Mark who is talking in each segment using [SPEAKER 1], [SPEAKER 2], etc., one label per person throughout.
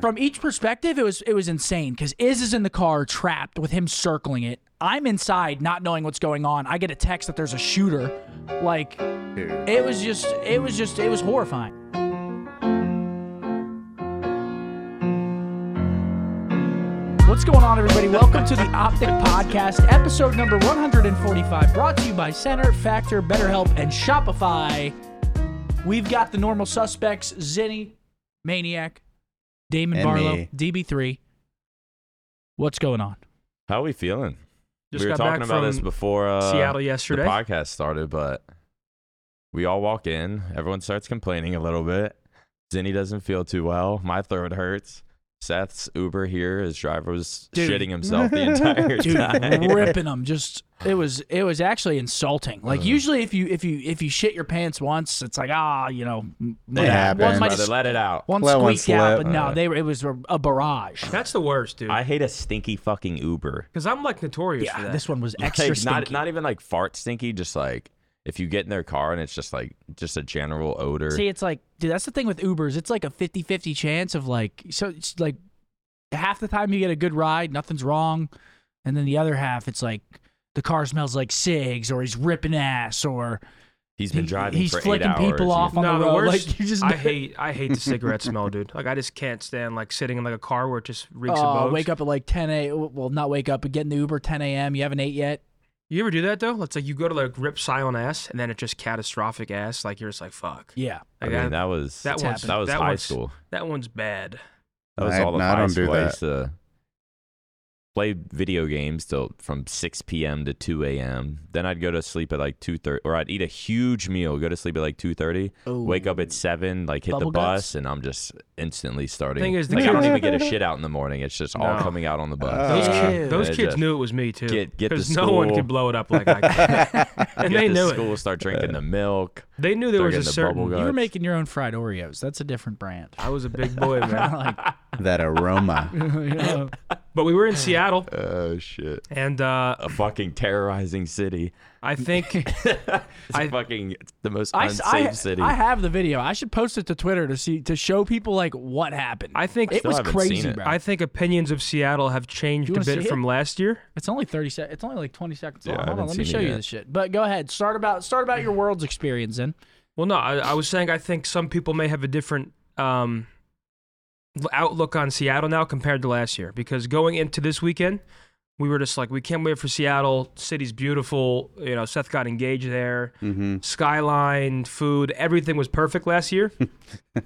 [SPEAKER 1] from each perspective, it was it was insane because Iz is in the car trapped with him circling it. I'm inside, not knowing what's going on. I get a text that there's a shooter. Like, it was just, it was just, it was horrifying. What's going on, everybody? Welcome to the Optic Podcast, episode number 145, brought to you by Center, Factor, BetterHelp, and Shopify. We've got the normal suspects Zinni, Maniac, Damon
[SPEAKER 2] And
[SPEAKER 1] Barlow,
[SPEAKER 2] me.
[SPEAKER 1] DB3. What's going on?
[SPEAKER 3] How are we feeling?
[SPEAKER 4] Just
[SPEAKER 3] we were
[SPEAKER 4] got
[SPEAKER 3] talking
[SPEAKER 4] back
[SPEAKER 3] about
[SPEAKER 4] from
[SPEAKER 3] this before uh,
[SPEAKER 4] Seattle
[SPEAKER 3] the
[SPEAKER 4] yesterday.
[SPEAKER 3] podcast started, but we all walk in. Everyone starts complaining a little bit. Zinni doesn't feel too well. My throat hurts. Seth's Uber here, his driver was
[SPEAKER 1] Dude.
[SPEAKER 3] shitting himself the entire
[SPEAKER 1] Dude,
[SPEAKER 3] time.
[SPEAKER 1] ripping them just it was it was actually insulting. Like
[SPEAKER 2] Uh-huh.
[SPEAKER 1] usually if you if you if you shit your pants once, it's like ah, you know, m-
[SPEAKER 2] It happens.
[SPEAKER 1] One, might
[SPEAKER 3] Brother,
[SPEAKER 1] have-
[SPEAKER 3] let it out.
[SPEAKER 1] one
[SPEAKER 2] Let one
[SPEAKER 1] squeaked out,
[SPEAKER 2] slip.
[SPEAKER 1] but no, they were, it was a, a barrage.
[SPEAKER 4] That's the worst, dude.
[SPEAKER 3] I hate a stinky fucking Uber.
[SPEAKER 4] Because I'm like notorious for
[SPEAKER 1] Yeah,
[SPEAKER 4] that.
[SPEAKER 1] this one was extra
[SPEAKER 3] Like, not
[SPEAKER 1] stinky.
[SPEAKER 3] not even like fart stinky, just like if you get in their car and it's just like just a general odor.
[SPEAKER 1] See, it's like, dude, that's the thing with Ubers. It's like a 50-50 chance of like, so it's like half the time you get a good ride, nothing's wrong, and then the other half, it's like the car smells like cigs, or he's ripping ass, or
[SPEAKER 3] he's been
[SPEAKER 1] he-
[SPEAKER 3] driving
[SPEAKER 1] he's
[SPEAKER 3] for eight
[SPEAKER 1] flicking
[SPEAKER 3] hours.
[SPEAKER 1] people
[SPEAKER 3] you
[SPEAKER 1] off on
[SPEAKER 4] no,
[SPEAKER 1] the
[SPEAKER 4] the,
[SPEAKER 1] road.
[SPEAKER 4] worst.
[SPEAKER 1] Like you just,
[SPEAKER 4] I hate. I hate the cigarette smell, dude. Like I just can't stand like sitting in like a car where it just reeks
[SPEAKER 1] Oh,
[SPEAKER 4] of bugs.
[SPEAKER 1] wake up at like 10 a. Well, not wake up, but get in the Uber 10 a.m. You haven't ate yet.
[SPEAKER 4] You ever do that though? Let's like you go to like rip silent ass, and then it's just catastrophic ass. Like you're just like fuck.
[SPEAKER 1] Yeah.
[SPEAKER 3] I
[SPEAKER 4] Like,
[SPEAKER 3] mean, that was
[SPEAKER 4] that
[SPEAKER 1] it's
[SPEAKER 4] one's
[SPEAKER 1] happened.
[SPEAKER 3] that was
[SPEAKER 4] that
[SPEAKER 3] high
[SPEAKER 4] one's-
[SPEAKER 3] school.
[SPEAKER 4] That one's bad.
[SPEAKER 3] That was
[SPEAKER 2] I-
[SPEAKER 3] all the
[SPEAKER 2] no, I
[SPEAKER 3] high
[SPEAKER 2] don't do
[SPEAKER 3] school. I
[SPEAKER 2] that.
[SPEAKER 3] used to play video games till from 6 p.m. to 2 a.m. Then I'd go to sleep at like 2:30, or I'd eat a huge meal, go to sleep at like 2:30, wake up at 7, like hit
[SPEAKER 1] Bubble
[SPEAKER 3] the bus,
[SPEAKER 1] guts?
[SPEAKER 3] and I'm just instantly starting.
[SPEAKER 4] Thing is, the
[SPEAKER 3] like, I don't
[SPEAKER 4] kids-
[SPEAKER 3] even get a shit out in the morning. It's just all
[SPEAKER 4] No.
[SPEAKER 3] coming out on the bus.
[SPEAKER 2] Those Uh,
[SPEAKER 1] kids-
[SPEAKER 4] Those
[SPEAKER 3] Yeah,
[SPEAKER 4] kids
[SPEAKER 3] just
[SPEAKER 4] knew it was me too.
[SPEAKER 3] get- get to
[SPEAKER 4] Because no one
[SPEAKER 3] school.
[SPEAKER 4] could blow it up like I could. and
[SPEAKER 3] get
[SPEAKER 4] they
[SPEAKER 3] to
[SPEAKER 4] knew
[SPEAKER 3] school,
[SPEAKER 4] it.
[SPEAKER 3] start drinking the milk.
[SPEAKER 4] They knew there
[SPEAKER 3] They're
[SPEAKER 4] was a
[SPEAKER 3] getting the bubble
[SPEAKER 4] certain.
[SPEAKER 3] gum.
[SPEAKER 1] You were
[SPEAKER 3] Nuts.
[SPEAKER 1] making your own fried Oreos. That's a different brand.
[SPEAKER 4] I was a big boy, man.
[SPEAKER 1] like,
[SPEAKER 2] that aroma.
[SPEAKER 1] you know.
[SPEAKER 4] But we were in Seattle,
[SPEAKER 3] Oh shit!
[SPEAKER 4] and uh,
[SPEAKER 3] A fucking terrorizing city.
[SPEAKER 4] I think
[SPEAKER 3] It's
[SPEAKER 4] I-
[SPEAKER 3] fucking it's the most
[SPEAKER 1] I,
[SPEAKER 3] unsafe
[SPEAKER 1] I,
[SPEAKER 3] city.
[SPEAKER 1] I have the video. I should post it to Twitter to see to show people like what happened.
[SPEAKER 4] I think
[SPEAKER 1] it was
[SPEAKER 3] haven't
[SPEAKER 1] crazy,
[SPEAKER 3] seen it.
[SPEAKER 1] bro.
[SPEAKER 4] I think opinions of Seattle have changed
[SPEAKER 1] You
[SPEAKER 4] a
[SPEAKER 1] wanna
[SPEAKER 4] bit
[SPEAKER 1] see it?
[SPEAKER 4] from last year.
[SPEAKER 1] it's only thirty seconds. It's only like twenty seconds
[SPEAKER 3] Yeah,
[SPEAKER 1] long.
[SPEAKER 3] I
[SPEAKER 1] Hold on,
[SPEAKER 3] haven't
[SPEAKER 1] let me
[SPEAKER 3] seen
[SPEAKER 1] show
[SPEAKER 3] it
[SPEAKER 1] you
[SPEAKER 3] yet.
[SPEAKER 1] this shit. But go ahead. Start about start about your world's experience. Then
[SPEAKER 4] Well, no, I, I was saying I think some people may have a different um, l- outlook on Seattle now compared to last year because going into this weekend, we were just like, we can't wait for Seattle. City's beautiful. You know, Seth got engaged there.
[SPEAKER 2] hmm
[SPEAKER 4] Skyline, food, everything was perfect last year.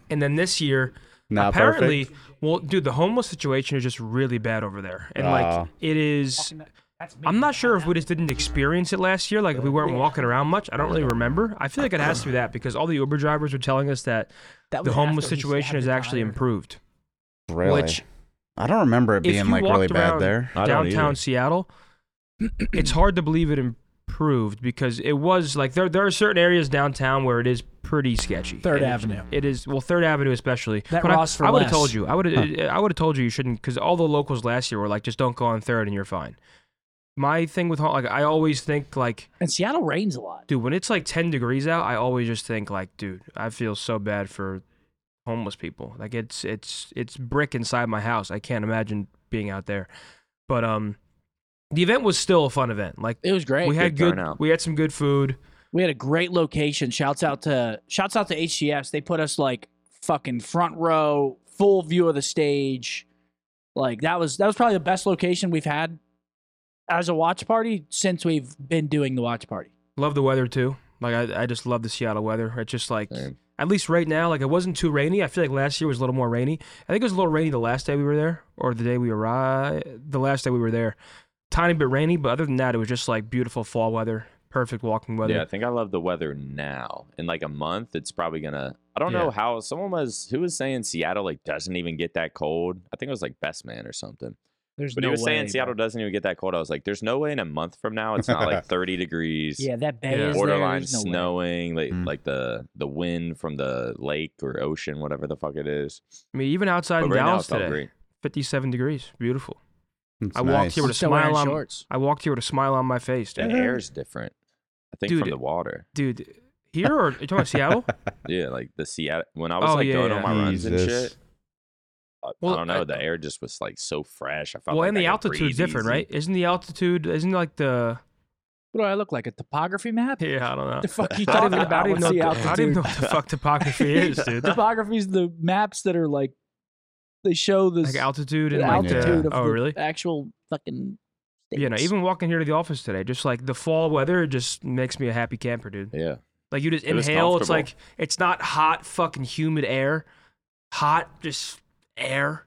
[SPEAKER 4] and then this year,
[SPEAKER 2] Not
[SPEAKER 4] apparently, well, dude, the homeless situation is just really bad over there. And like,
[SPEAKER 2] Oh.
[SPEAKER 4] it is. I'm not sure if we just didn't experience it last year, like if we weren't walking around much. I don't really remember. I feel like it has to be that because all the Uber drivers were telling us that
[SPEAKER 1] That
[SPEAKER 4] the
[SPEAKER 1] was
[SPEAKER 4] homeless
[SPEAKER 1] after we
[SPEAKER 4] situation
[SPEAKER 1] stabbed
[SPEAKER 4] is
[SPEAKER 1] the
[SPEAKER 4] actually
[SPEAKER 1] tire.
[SPEAKER 4] improved.
[SPEAKER 2] perfect. Really?
[SPEAKER 4] Which,
[SPEAKER 2] I don't remember it
[SPEAKER 4] if
[SPEAKER 2] being
[SPEAKER 4] you
[SPEAKER 2] like really
[SPEAKER 4] walked
[SPEAKER 2] bad
[SPEAKER 4] around
[SPEAKER 2] there.
[SPEAKER 3] I don't either.
[SPEAKER 4] downtown Seattle, it's hard to believe it improved because it was like there there are certain areas downtown where it is pretty sketchy.
[SPEAKER 1] Third
[SPEAKER 4] It is-
[SPEAKER 1] Avenue.
[SPEAKER 4] It is well, Third Avenue especially.
[SPEAKER 1] That
[SPEAKER 4] but
[SPEAKER 1] Ross for
[SPEAKER 4] I, I would have
[SPEAKER 1] less.
[SPEAKER 4] told you. I would have. I would have told you you shouldn't because all the locals last year were like, just don't go on Third and you're fine. My thing with ho- like I always think like
[SPEAKER 1] And Seattle rains a lot.
[SPEAKER 4] dude when it's like 10 degrees out i always just think like dude i feel so bad for homeless people like it's it's it's brick inside my house i can't imagine being out there but um the event was still a fun event like
[SPEAKER 1] It was great.
[SPEAKER 4] we had
[SPEAKER 3] good
[SPEAKER 4] good
[SPEAKER 3] turnout.
[SPEAKER 4] we had some good food
[SPEAKER 1] We had a great location. Shouts out to shouts out to HCS. They put us like fucking front row, full view of the stage. Like that was that was probably the best location we've had as a watch party since we've been doing the watch party.
[SPEAKER 4] love the weather too like i, I just love the seattle weather it's just like
[SPEAKER 3] Same.
[SPEAKER 4] at least right now like it wasn't too rainy i feel like last year was a little more rainy i think it was a little rainy the last day we were there or the day we arrived the last day we were there tiny bit rainy but other than that it was just like beautiful fall weather perfect walking weather
[SPEAKER 3] Yeah, I think I love the weather now. In like a month, it's probably gonna. I don't
[SPEAKER 4] Yeah.
[SPEAKER 3] know how someone was who was saying Seattle like doesn't even get that cold. I think it was like Best Man or something.
[SPEAKER 1] There's
[SPEAKER 3] But
[SPEAKER 1] no
[SPEAKER 3] he was
[SPEAKER 1] way,
[SPEAKER 3] saying
[SPEAKER 1] bro.
[SPEAKER 3] Seattle doesn't even get that cold. I was like, there's no way in a month from now it's not like 30 degrees.
[SPEAKER 1] Yeah, that bay
[SPEAKER 4] Yeah.
[SPEAKER 1] is
[SPEAKER 3] Borderline
[SPEAKER 1] there. There's no way.
[SPEAKER 3] snowing, like
[SPEAKER 2] Mm.
[SPEAKER 3] like the the wind from the lake or ocean, whatever the fuck it is.
[SPEAKER 4] I mean, even outside
[SPEAKER 3] But
[SPEAKER 4] in
[SPEAKER 3] right now
[SPEAKER 4] Dallas
[SPEAKER 3] it's all
[SPEAKER 4] today,
[SPEAKER 3] great.
[SPEAKER 4] 57 degrees, beautiful.
[SPEAKER 2] It's
[SPEAKER 4] I walked here with a
[SPEAKER 1] Still wearing
[SPEAKER 4] smile on-
[SPEAKER 1] shorts.
[SPEAKER 4] I walked here with a smile on my face,
[SPEAKER 3] The
[SPEAKER 4] dude.
[SPEAKER 3] air's different. I think from
[SPEAKER 4] Dude.
[SPEAKER 3] the water.
[SPEAKER 4] Dude, here or are you talking about Seattle?
[SPEAKER 3] Yeah, like the Seattle. When I was
[SPEAKER 4] Oh,
[SPEAKER 3] like
[SPEAKER 4] yeah,
[SPEAKER 3] going
[SPEAKER 4] yeah.
[SPEAKER 3] on my runs and
[SPEAKER 2] Jesus.
[SPEAKER 3] shit,
[SPEAKER 5] I,
[SPEAKER 4] Well,
[SPEAKER 5] I don't know.
[SPEAKER 4] I-
[SPEAKER 5] the air just was like so fresh. I felt
[SPEAKER 4] well,
[SPEAKER 5] like
[SPEAKER 4] and
[SPEAKER 5] I
[SPEAKER 4] the
[SPEAKER 5] could
[SPEAKER 4] altitude's
[SPEAKER 5] breathe
[SPEAKER 4] different,
[SPEAKER 5] easy.
[SPEAKER 4] right? Isn't the altitude? Isn't like the?
[SPEAKER 1] What do I look like? A topography map?
[SPEAKER 4] Yeah, I don't know.
[SPEAKER 1] The fuck you
[SPEAKER 4] I don't
[SPEAKER 1] talking
[SPEAKER 4] even- I
[SPEAKER 1] about?
[SPEAKER 4] don't even
[SPEAKER 1] What's
[SPEAKER 4] know
[SPEAKER 1] the
[SPEAKER 4] what the- I don't even know
[SPEAKER 1] altitude?
[SPEAKER 4] what the fuck topography is, dude.
[SPEAKER 1] Topography's the maps that are like they show the
[SPEAKER 4] Like
[SPEAKER 1] s-
[SPEAKER 4] altitude
[SPEAKER 1] the
[SPEAKER 4] and like the-
[SPEAKER 1] altitude of
[SPEAKER 4] oh
[SPEAKER 1] the
[SPEAKER 4] really?
[SPEAKER 1] actual fucking. States.
[SPEAKER 4] You know, even walking here to the office today, just like the fall weather, it just makes me a happy camper, dude.
[SPEAKER 5] Yeah.
[SPEAKER 4] Like you just
[SPEAKER 5] It was
[SPEAKER 4] inhale. It's like
[SPEAKER 5] comfortable.
[SPEAKER 4] it's not hot, fucking humid air. Hot, just air,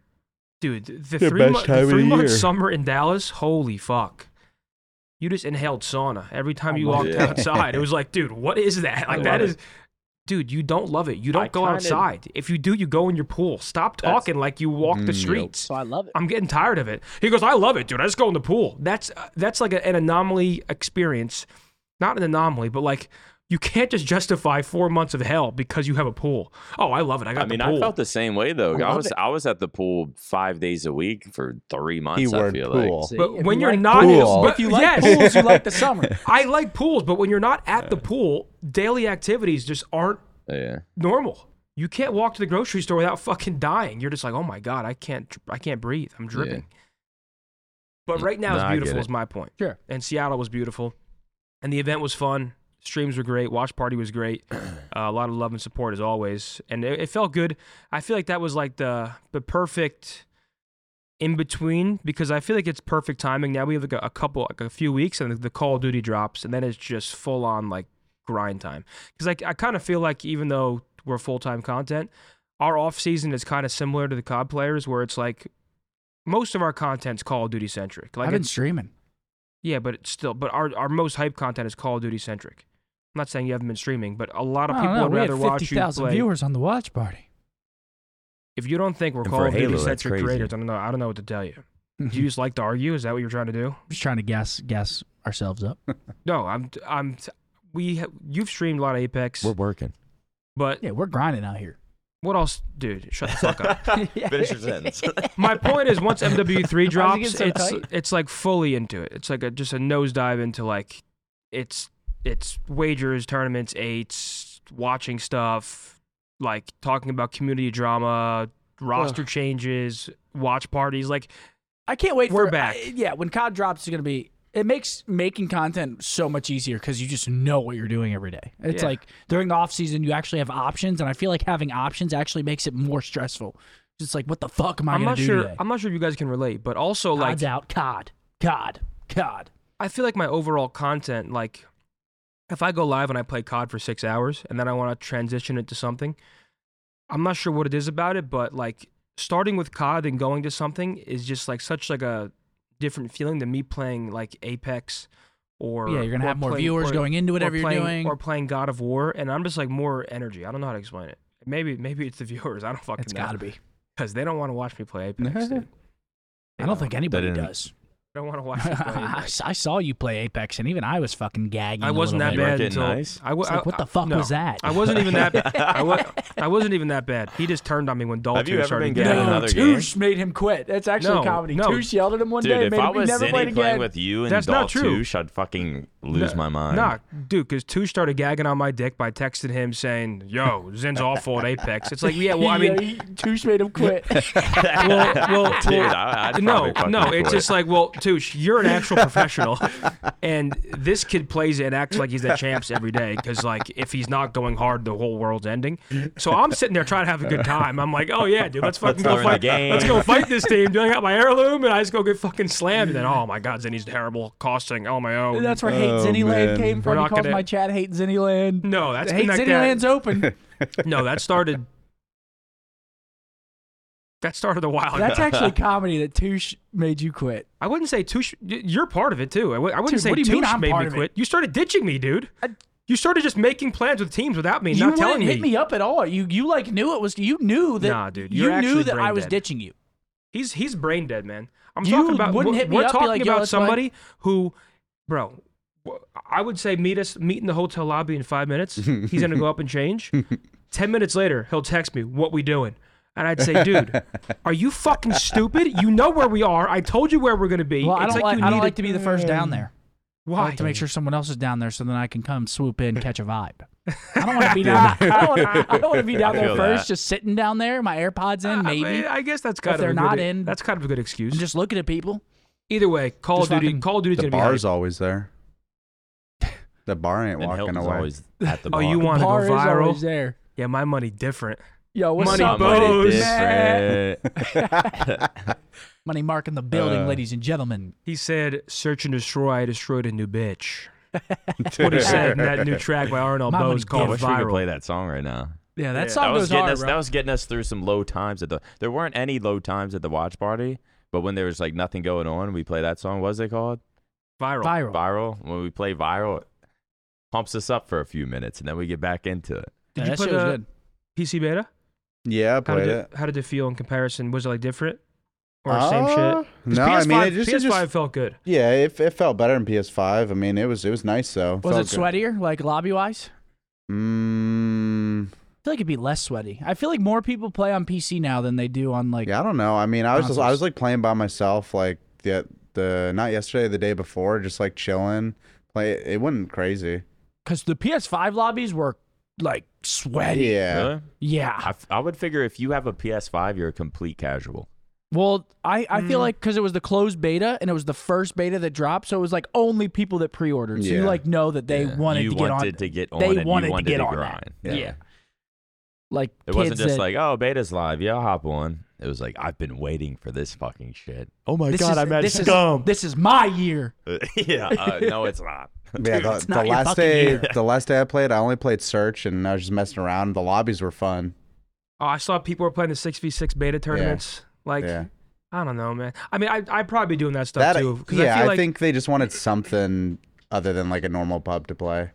[SPEAKER 4] dude. th- The
[SPEAKER 2] The
[SPEAKER 4] three,
[SPEAKER 2] best
[SPEAKER 4] mo-
[SPEAKER 2] time
[SPEAKER 4] the
[SPEAKER 2] of
[SPEAKER 4] three
[SPEAKER 2] the
[SPEAKER 4] month
[SPEAKER 2] year.
[SPEAKER 4] summer in Dallas. Holy fuck! You just inhaled sauna every time you
[SPEAKER 1] my
[SPEAKER 4] walked
[SPEAKER 5] Oh God.
[SPEAKER 4] outside. It was like, dude, what is that?
[SPEAKER 5] I
[SPEAKER 4] Like that
[SPEAKER 5] love
[SPEAKER 4] is, dude. You don't love it. You don't
[SPEAKER 5] I
[SPEAKER 4] go
[SPEAKER 5] kinda-
[SPEAKER 4] outside. If you do, you go in your pool. Stop
[SPEAKER 5] That's-
[SPEAKER 4] talking like you walk
[SPEAKER 2] Mm,
[SPEAKER 4] the
[SPEAKER 2] yep.
[SPEAKER 4] streets.
[SPEAKER 1] So I love it.
[SPEAKER 4] I'm getting tired of it. He goes, I love it, dude. I just go in the pool. That's uh, that's like a- an anomaly experience, not an anomaly, but like you can't just justify four months of hell because you have a pool. Oh, I love it. I
[SPEAKER 5] I
[SPEAKER 4] got
[SPEAKER 5] mean,
[SPEAKER 4] the pool.
[SPEAKER 5] I felt the same way though.
[SPEAKER 1] I
[SPEAKER 5] I,
[SPEAKER 1] love
[SPEAKER 5] was
[SPEAKER 1] it.
[SPEAKER 5] I was at the pool five days a week for three months. I
[SPEAKER 2] Keyword
[SPEAKER 5] feel
[SPEAKER 2] pool.
[SPEAKER 5] like
[SPEAKER 1] See,
[SPEAKER 4] but
[SPEAKER 1] if you
[SPEAKER 4] when you're
[SPEAKER 1] like
[SPEAKER 4] not
[SPEAKER 1] pools-
[SPEAKER 2] in a-
[SPEAKER 4] but-
[SPEAKER 1] if you like
[SPEAKER 4] yes.
[SPEAKER 1] pools, you like the summer.
[SPEAKER 4] I like pools, but when you're not at the pool, daily activities just aren't
[SPEAKER 5] yeah,
[SPEAKER 4] normal. You can't walk to the grocery store without fucking dying. You're just like, oh my god, I can't, I can't breathe. I'm dripping. But right now
[SPEAKER 3] No,
[SPEAKER 4] it's
[SPEAKER 3] I get
[SPEAKER 4] beautiful.
[SPEAKER 3] it.
[SPEAKER 4] Is my point.
[SPEAKER 1] Sure.
[SPEAKER 4] And Seattle was beautiful, and the event was fun. Streams were great. Watch party was great. Uh, a lot of love and support as always, and it, it felt good. I feel like that was like the the perfect in between because I feel like it's perfect timing. Now we have like a, a couple, like a few weeks, and the Call of Duty drops, and then it's just full on like grind time. Because like I kind of feel like even though we're full time content, our off season is kind of similar to the COD players, where it's like most of our content's Call of Duty centric. Like
[SPEAKER 1] I've been
[SPEAKER 4] it's,
[SPEAKER 1] streaming.
[SPEAKER 4] yeah, but it's still, but our our most hype content is Call of Duty centric. I'm not saying you haven't been streaming, but a lot of
[SPEAKER 1] I
[SPEAKER 4] people
[SPEAKER 1] don't know,
[SPEAKER 4] would
[SPEAKER 1] we had
[SPEAKER 4] rather watch you
[SPEAKER 1] 50,000
[SPEAKER 4] play.
[SPEAKER 1] viewers on the watch party.
[SPEAKER 4] If you don't think we're
[SPEAKER 3] And
[SPEAKER 4] Call
[SPEAKER 3] for
[SPEAKER 4] of
[SPEAKER 3] Halo,
[SPEAKER 4] Duty
[SPEAKER 3] that's
[SPEAKER 4] centric
[SPEAKER 3] crazy.
[SPEAKER 4] creators, I don't know. I don't know what to tell you. Do you just like to argue? Is that what you're trying to do?
[SPEAKER 1] just trying to gas gas ourselves up.
[SPEAKER 4] No, I'm I'm we ha- you've streamed a lot of Apex,
[SPEAKER 3] We're working.
[SPEAKER 4] but
[SPEAKER 1] Yeah, we're grinding out here.
[SPEAKER 4] what else, dude? Shut the fuck up.
[SPEAKER 3] Finish your sentence.
[SPEAKER 4] My point is, once MW3
[SPEAKER 1] Why'd you
[SPEAKER 4] drops,
[SPEAKER 1] get so
[SPEAKER 4] it's
[SPEAKER 1] tight?
[SPEAKER 4] it's like fully into it. It's like a, just a nosedive into like it's it's wagers, tournaments, eights, watching stuff, like talking about community drama, roster changes, watch parties. Like
[SPEAKER 1] I can't wait.
[SPEAKER 4] We're
[SPEAKER 1] for,
[SPEAKER 4] back.
[SPEAKER 1] I- yeah, when COD drops, it's gonna be. It makes making content so much easier because you just know what you're doing every day. It's
[SPEAKER 4] Yeah.
[SPEAKER 1] like during the off season, you actually have options, and I feel like having options actually makes it more stressful. It's like, what the fuck am I
[SPEAKER 4] I'm
[SPEAKER 1] gonna
[SPEAKER 4] not
[SPEAKER 1] do
[SPEAKER 4] sure
[SPEAKER 1] today?
[SPEAKER 4] I'm not sure if you guys can relate, but also like
[SPEAKER 1] Cod's out. Cod. Cod. Cod.
[SPEAKER 4] I feel like my overall content, like if I go live and I play COD for six hours and then I want to transition it to something, I'm not sure what it is about it, but like starting with COD and going to something is just like such like a different feeling than me playing like Apex or
[SPEAKER 1] yeah, you're gonna
[SPEAKER 4] or
[SPEAKER 1] have more
[SPEAKER 4] playing-
[SPEAKER 1] viewers
[SPEAKER 4] or-
[SPEAKER 1] going into
[SPEAKER 4] or
[SPEAKER 1] whatever you're
[SPEAKER 4] playing-
[SPEAKER 1] doing.
[SPEAKER 4] or playing God of War, and I'm just like more energy. I don't know how to explain it. Maybe maybe it's the viewers. I don't fucking
[SPEAKER 1] it's
[SPEAKER 4] know
[SPEAKER 1] gotta be.
[SPEAKER 4] because they don't want to watch me play Apex. dude.
[SPEAKER 1] I don't think anybody
[SPEAKER 3] didn't-
[SPEAKER 1] does.
[SPEAKER 4] They don't want to watch me play.
[SPEAKER 1] I
[SPEAKER 4] Apex.
[SPEAKER 1] saw you play Apex, and even I was fucking gagging.
[SPEAKER 4] I
[SPEAKER 1] a
[SPEAKER 4] wasn't
[SPEAKER 1] little
[SPEAKER 4] that
[SPEAKER 3] You
[SPEAKER 1] bit.
[SPEAKER 3] weren't
[SPEAKER 4] bad
[SPEAKER 3] getting
[SPEAKER 4] until
[SPEAKER 3] nice?
[SPEAKER 4] I, wa-
[SPEAKER 1] It's like,
[SPEAKER 4] I-
[SPEAKER 1] what the fuck
[SPEAKER 4] no.
[SPEAKER 1] was that?
[SPEAKER 4] I wasn't even that. I, wa- I wasn't even that bad. He just turned on me when Dalton
[SPEAKER 3] Have you ever
[SPEAKER 4] started
[SPEAKER 3] been
[SPEAKER 4] getting.
[SPEAKER 3] getting
[SPEAKER 1] no,
[SPEAKER 3] another
[SPEAKER 1] Touche made him quit. That's actually
[SPEAKER 4] No,
[SPEAKER 1] comedy.
[SPEAKER 4] no.
[SPEAKER 1] Touche yelled at him one
[SPEAKER 3] Dude,
[SPEAKER 1] day,
[SPEAKER 3] if
[SPEAKER 1] made
[SPEAKER 3] I
[SPEAKER 1] him he
[SPEAKER 3] was
[SPEAKER 1] never played
[SPEAKER 3] Zinni playing
[SPEAKER 1] again.
[SPEAKER 3] with you and
[SPEAKER 4] That's not
[SPEAKER 3] Dolph
[SPEAKER 4] true.
[SPEAKER 3] Touche, I'd fucking lose
[SPEAKER 4] No,
[SPEAKER 3] my mind.
[SPEAKER 4] Nah, dude, because Two started gagging on my dick by texting him saying, "Yo, Zin's awful at Apex." It's like, yeah, well, I mean,
[SPEAKER 1] yeah, he- Touche made him quit.
[SPEAKER 4] well, well,
[SPEAKER 3] Dude,
[SPEAKER 4] well,
[SPEAKER 3] I, I'd
[SPEAKER 4] no,
[SPEAKER 3] probably fucking
[SPEAKER 4] no, it's
[SPEAKER 3] quit.
[SPEAKER 4] just like, well, Touche, you're an actual professional, and this kid plays it and acts like he's the champs every day. Because like, if he's not going hard, the whole world's ending. So I'm sitting there trying to have a good time. I'm like, oh yeah, dude, let's fucking go
[SPEAKER 3] learn the
[SPEAKER 4] fight.
[SPEAKER 3] game.
[SPEAKER 4] Let's go fight this team. Dude, I got my heirloom, and I just go get fucking slammed. And then, oh my god, Zinny's terrible, costing. Oh my oh.
[SPEAKER 1] That's where Hate
[SPEAKER 2] Oh,
[SPEAKER 1] Zinnyland
[SPEAKER 2] man.
[SPEAKER 1] came
[SPEAKER 4] We're
[SPEAKER 1] from. He
[SPEAKER 4] not
[SPEAKER 1] calls
[SPEAKER 4] gonna-
[SPEAKER 1] my chat Hate Zinnyland.
[SPEAKER 4] no, that's been
[SPEAKER 1] Hate
[SPEAKER 4] like
[SPEAKER 1] Zinnyland's
[SPEAKER 4] that.
[SPEAKER 1] open.
[SPEAKER 4] No, that started. That started a while ago.
[SPEAKER 1] That's actually comedy that Touche made you quit.
[SPEAKER 4] I wouldn't say Touche. y- You're part of it too. I w- I wouldn't
[SPEAKER 1] Dude,
[SPEAKER 4] say
[SPEAKER 1] what do you mean
[SPEAKER 4] Touche
[SPEAKER 1] I'm
[SPEAKER 4] made
[SPEAKER 1] part
[SPEAKER 4] me
[SPEAKER 1] of it?
[SPEAKER 4] quit. You started ditching me, dude.
[SPEAKER 1] I-
[SPEAKER 4] you started just making plans with teams without me,
[SPEAKER 1] you
[SPEAKER 4] not
[SPEAKER 1] wouldn't
[SPEAKER 4] telling
[SPEAKER 1] hit me up at all. You you like knew it was you knew that
[SPEAKER 4] Nah, dude,
[SPEAKER 1] you
[SPEAKER 4] you're
[SPEAKER 1] knew
[SPEAKER 4] actually
[SPEAKER 1] that
[SPEAKER 4] brain
[SPEAKER 1] I was
[SPEAKER 4] dead.
[SPEAKER 1] ditching you.
[SPEAKER 4] He's he's brain dead, man. I'm
[SPEAKER 1] You
[SPEAKER 4] talking about.
[SPEAKER 1] wouldn't
[SPEAKER 4] we're,
[SPEAKER 1] hit me
[SPEAKER 4] we're
[SPEAKER 1] up, be
[SPEAKER 4] talking
[SPEAKER 1] like, "Yo,
[SPEAKER 4] about
[SPEAKER 1] let's play."
[SPEAKER 4] somebody who, bro. wh- I would say meet us, meet in the hotel lobby in five minutes. He's gonna go up and change. Ten minutes later, he'll text me, "What we doing?" And I'd say, "Dude, are you fucking stupid? You know where we are. I told you where we're gonna be.
[SPEAKER 1] Well, I
[SPEAKER 4] It's
[SPEAKER 1] don't like,
[SPEAKER 4] you
[SPEAKER 1] I don't
[SPEAKER 4] need
[SPEAKER 1] like to be the first down there. I
[SPEAKER 4] Why?
[SPEAKER 1] like to make sure someone else is down there so then I can come swoop in, catch a vibe. I don't want to be down. I don't wanna- I don't want to be down
[SPEAKER 3] I
[SPEAKER 1] there
[SPEAKER 3] feel
[SPEAKER 1] first,
[SPEAKER 3] that.
[SPEAKER 1] just sitting down there. My AirPods in,
[SPEAKER 4] I,
[SPEAKER 1] maybe.
[SPEAKER 4] mean, Ah, I guess that's kind of
[SPEAKER 1] they're
[SPEAKER 4] a good, e
[SPEAKER 1] not in-
[SPEAKER 4] That's kind of a good excuse.
[SPEAKER 1] I'm just looking at people.
[SPEAKER 4] Either way, Call of
[SPEAKER 1] Just
[SPEAKER 4] Duty.
[SPEAKER 1] fucking-
[SPEAKER 4] Call of Duty's
[SPEAKER 2] The
[SPEAKER 4] gonna be. hype.
[SPEAKER 2] bar's always there. The bar ain't
[SPEAKER 3] And
[SPEAKER 2] walking
[SPEAKER 3] Hilton's
[SPEAKER 2] away.
[SPEAKER 3] always at the
[SPEAKER 4] Oh,
[SPEAKER 3] bar.
[SPEAKER 4] you want-
[SPEAKER 1] Par
[SPEAKER 4] Wanna go
[SPEAKER 1] is
[SPEAKER 4] viral?
[SPEAKER 1] always there.
[SPEAKER 4] Yeah, my money different.
[SPEAKER 1] Yo, what's
[SPEAKER 4] Money
[SPEAKER 1] up,
[SPEAKER 4] Money
[SPEAKER 1] Bo?
[SPEAKER 4] Bros,
[SPEAKER 3] different.
[SPEAKER 1] Money Mark in the building,
[SPEAKER 2] Uh.
[SPEAKER 1] ladies and gentlemen.
[SPEAKER 4] He said, "Search and destroy. I destroyed a new bitch." What he said in that new track by RNL
[SPEAKER 1] My
[SPEAKER 4] Bo
[SPEAKER 1] money
[SPEAKER 4] is
[SPEAKER 3] I
[SPEAKER 4] called
[SPEAKER 3] wish we could
[SPEAKER 4] Viral.
[SPEAKER 3] play that song right now.
[SPEAKER 1] Yeah, that
[SPEAKER 3] That
[SPEAKER 1] song
[SPEAKER 3] was
[SPEAKER 1] goes
[SPEAKER 3] getting
[SPEAKER 1] hard,
[SPEAKER 3] us.
[SPEAKER 1] bro.
[SPEAKER 3] That was getting us through some low times at the. There weren't any low times at the watch party, but when there was like nothing going on, we play that song. What was it called?
[SPEAKER 4] Viral.
[SPEAKER 1] viral.
[SPEAKER 3] Viral. When we play viral, it pumps us up for a few minutes, and then we get back into it.
[SPEAKER 4] Did
[SPEAKER 1] Yeah,
[SPEAKER 4] you
[SPEAKER 1] that
[SPEAKER 4] put
[SPEAKER 1] shit was
[SPEAKER 4] a-
[SPEAKER 1] good.
[SPEAKER 4] PC Beta.
[SPEAKER 2] yeah, I
[SPEAKER 4] How
[SPEAKER 2] played
[SPEAKER 4] did
[SPEAKER 2] it.
[SPEAKER 4] it, how did it feel in comparison? Was it like different or same
[SPEAKER 2] Uh,
[SPEAKER 4] shit? 'Cause
[SPEAKER 2] No, I
[SPEAKER 4] PS5,
[SPEAKER 2] mean it just, it
[SPEAKER 4] PS5
[SPEAKER 2] just
[SPEAKER 4] felt good.
[SPEAKER 2] yeah, it, it felt better in PS5. I mean it was it was nice though.
[SPEAKER 1] Was
[SPEAKER 2] Felt
[SPEAKER 1] it
[SPEAKER 2] good.
[SPEAKER 1] sweatier, like lobby wise?
[SPEAKER 2] Mm,
[SPEAKER 1] I feel like it'd be less sweaty. I feel like more people play on PC now than they do on like.
[SPEAKER 2] yeah, I don't know. I mean, I was just, I
[SPEAKER 1] consoles.
[SPEAKER 2] was like playing by myself, like the the not yesterday, the day before, just like chilling. Play it wasn't crazy.
[SPEAKER 1] Because the PS5 lobbies were like sweaty. Yeah.
[SPEAKER 2] Yeah,
[SPEAKER 3] Really? I, f- I would figure if you have a PS5, you're a complete casual.
[SPEAKER 1] Well, I, I
[SPEAKER 3] Mm.
[SPEAKER 1] feel like because it was the closed beta and it was the first beta that dropped, so it was like only people that pre-ordered. So you
[SPEAKER 2] Yeah.
[SPEAKER 1] like know that they
[SPEAKER 3] Yeah.
[SPEAKER 1] wanted
[SPEAKER 3] you
[SPEAKER 1] to get
[SPEAKER 3] wanted
[SPEAKER 1] on.
[SPEAKER 3] to get on.
[SPEAKER 1] They
[SPEAKER 3] and you
[SPEAKER 1] wanted to
[SPEAKER 3] wanted
[SPEAKER 1] get
[SPEAKER 3] to
[SPEAKER 1] on
[SPEAKER 3] grind.
[SPEAKER 1] that. Yeah. like
[SPEAKER 3] It wasn't
[SPEAKER 1] kids
[SPEAKER 3] just
[SPEAKER 1] that-
[SPEAKER 3] like, oh, beta's live. Yeah, I'll hop on. It was like, I've been waiting for this fucking shit. Oh my
[SPEAKER 1] this
[SPEAKER 3] God,
[SPEAKER 1] is,
[SPEAKER 3] I'm at
[SPEAKER 1] this
[SPEAKER 3] scum.
[SPEAKER 1] Is, this is my year.
[SPEAKER 3] yeah. Uh, no, it's not.
[SPEAKER 2] yeah. The,
[SPEAKER 1] it's
[SPEAKER 2] the
[SPEAKER 1] not your
[SPEAKER 2] last
[SPEAKER 1] fucking
[SPEAKER 2] day,
[SPEAKER 1] year.
[SPEAKER 2] the last day I played, I only played search, and I was just messing around. The lobbies were fun.
[SPEAKER 4] Oh, I saw people were playing the six v six beta tournaments. Like
[SPEAKER 2] yeah,
[SPEAKER 4] I don't know, man. I mean, I I probably be doing that stuff
[SPEAKER 2] that
[SPEAKER 4] too. 'cause
[SPEAKER 2] yeah.
[SPEAKER 4] I,
[SPEAKER 2] I,
[SPEAKER 4] feel like,
[SPEAKER 2] think they just wanted something other than like a normal pub to play.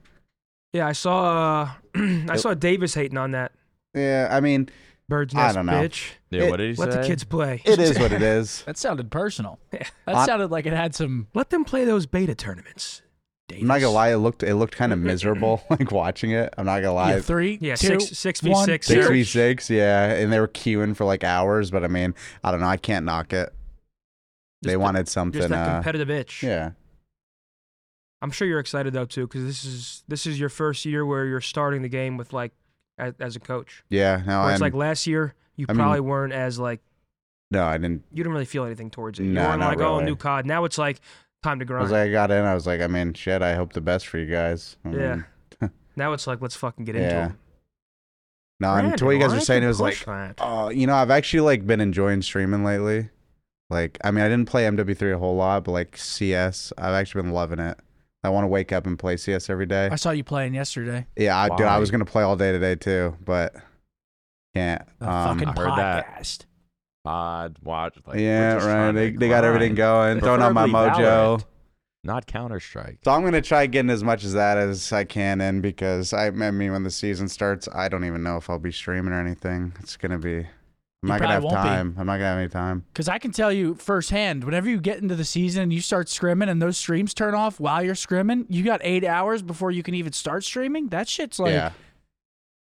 [SPEAKER 4] Yeah, I saw uh, I saw Davis hating on that
[SPEAKER 2] Yeah, I mean,
[SPEAKER 4] bird's
[SPEAKER 2] I
[SPEAKER 4] nest
[SPEAKER 2] don't know.
[SPEAKER 4] bitch.
[SPEAKER 3] Yeah,
[SPEAKER 2] It-
[SPEAKER 3] what did he
[SPEAKER 4] Let
[SPEAKER 3] say?
[SPEAKER 4] the kids play.
[SPEAKER 2] it is what it is.
[SPEAKER 1] That sounded personal. That
[SPEAKER 2] I-
[SPEAKER 1] sounded like it had some.
[SPEAKER 4] Let them play those beta tournaments. Davis.
[SPEAKER 2] I'm not gonna lie, it looked it looked kind of miserable like watching it. I'm not gonna lie.
[SPEAKER 1] Yeah, three,
[SPEAKER 4] Yeah,
[SPEAKER 1] two,
[SPEAKER 4] six- six v
[SPEAKER 1] one,
[SPEAKER 4] six.
[SPEAKER 2] Six
[SPEAKER 1] zero.
[SPEAKER 2] v six, yeah, and they were queuing for like hours, but I mean, I don't know, I can't knock it.
[SPEAKER 4] Just
[SPEAKER 2] they
[SPEAKER 4] the-
[SPEAKER 2] wanted something,
[SPEAKER 4] Just that
[SPEAKER 2] uh,
[SPEAKER 4] competitive itch.
[SPEAKER 2] yeah,
[SPEAKER 4] I'm sure you're excited though too, because this is this is your first year where you're starting the game with like as, as a coach.
[SPEAKER 2] yeah. No,
[SPEAKER 4] Where
[SPEAKER 2] I
[SPEAKER 4] it's like last year, you
[SPEAKER 2] I mean-
[SPEAKER 4] probably weren't as like
[SPEAKER 2] no, I didn't.
[SPEAKER 4] you didn't really feel anything towards it. you
[SPEAKER 2] Nah,
[SPEAKER 4] weren't
[SPEAKER 2] not
[SPEAKER 4] like oh
[SPEAKER 2] really.
[SPEAKER 4] new COD. Now it's like time to
[SPEAKER 2] I
[SPEAKER 4] grind.
[SPEAKER 2] was like, I got in, I was like, I mean, shit, I hope the best for you guys. I
[SPEAKER 4] yeah.
[SPEAKER 2] mean,
[SPEAKER 4] now it's like let's fucking get
[SPEAKER 2] yeah.
[SPEAKER 4] into it.
[SPEAKER 2] No, and to what you guys were saying, it was like, oh, you know, I've actually like been enjoying streaming lately. Like, I mean, I didn't play MW3 a whole lot, but like CS, I've actually been loving it. I want to wake up and play CS every day.
[SPEAKER 1] I saw you playing yesterday.
[SPEAKER 2] Yeah, I, dude, I
[SPEAKER 3] Why?
[SPEAKER 2] was gonna play all day today too, but can't.
[SPEAKER 1] The
[SPEAKER 2] Um,
[SPEAKER 1] fucking
[SPEAKER 3] I heard that.
[SPEAKER 1] podcast.
[SPEAKER 3] Pod, watch. Like, we're
[SPEAKER 2] yeah,
[SPEAKER 3] just
[SPEAKER 2] right.
[SPEAKER 3] trying to
[SPEAKER 2] They, they got everything going.
[SPEAKER 3] grind.
[SPEAKER 2] Throwing out my mojo.
[SPEAKER 3] Preferably Valorant, Not Counter Strike.
[SPEAKER 2] So I'm gonna try getting as much as that as I can in because I, I mean, when the season starts, I don't even know if I'll be streaming or anything. It's gonna be. I'm not
[SPEAKER 1] probably
[SPEAKER 2] gonna have
[SPEAKER 1] won't be.
[SPEAKER 2] time. I'm not gonna have any time.
[SPEAKER 1] Because I can tell you firsthand, whenever you get into the season and you start scrimming and those streams turn off while you're scrimming, you got eight hours before you can even start streaming. That shit's like,
[SPEAKER 2] yeah,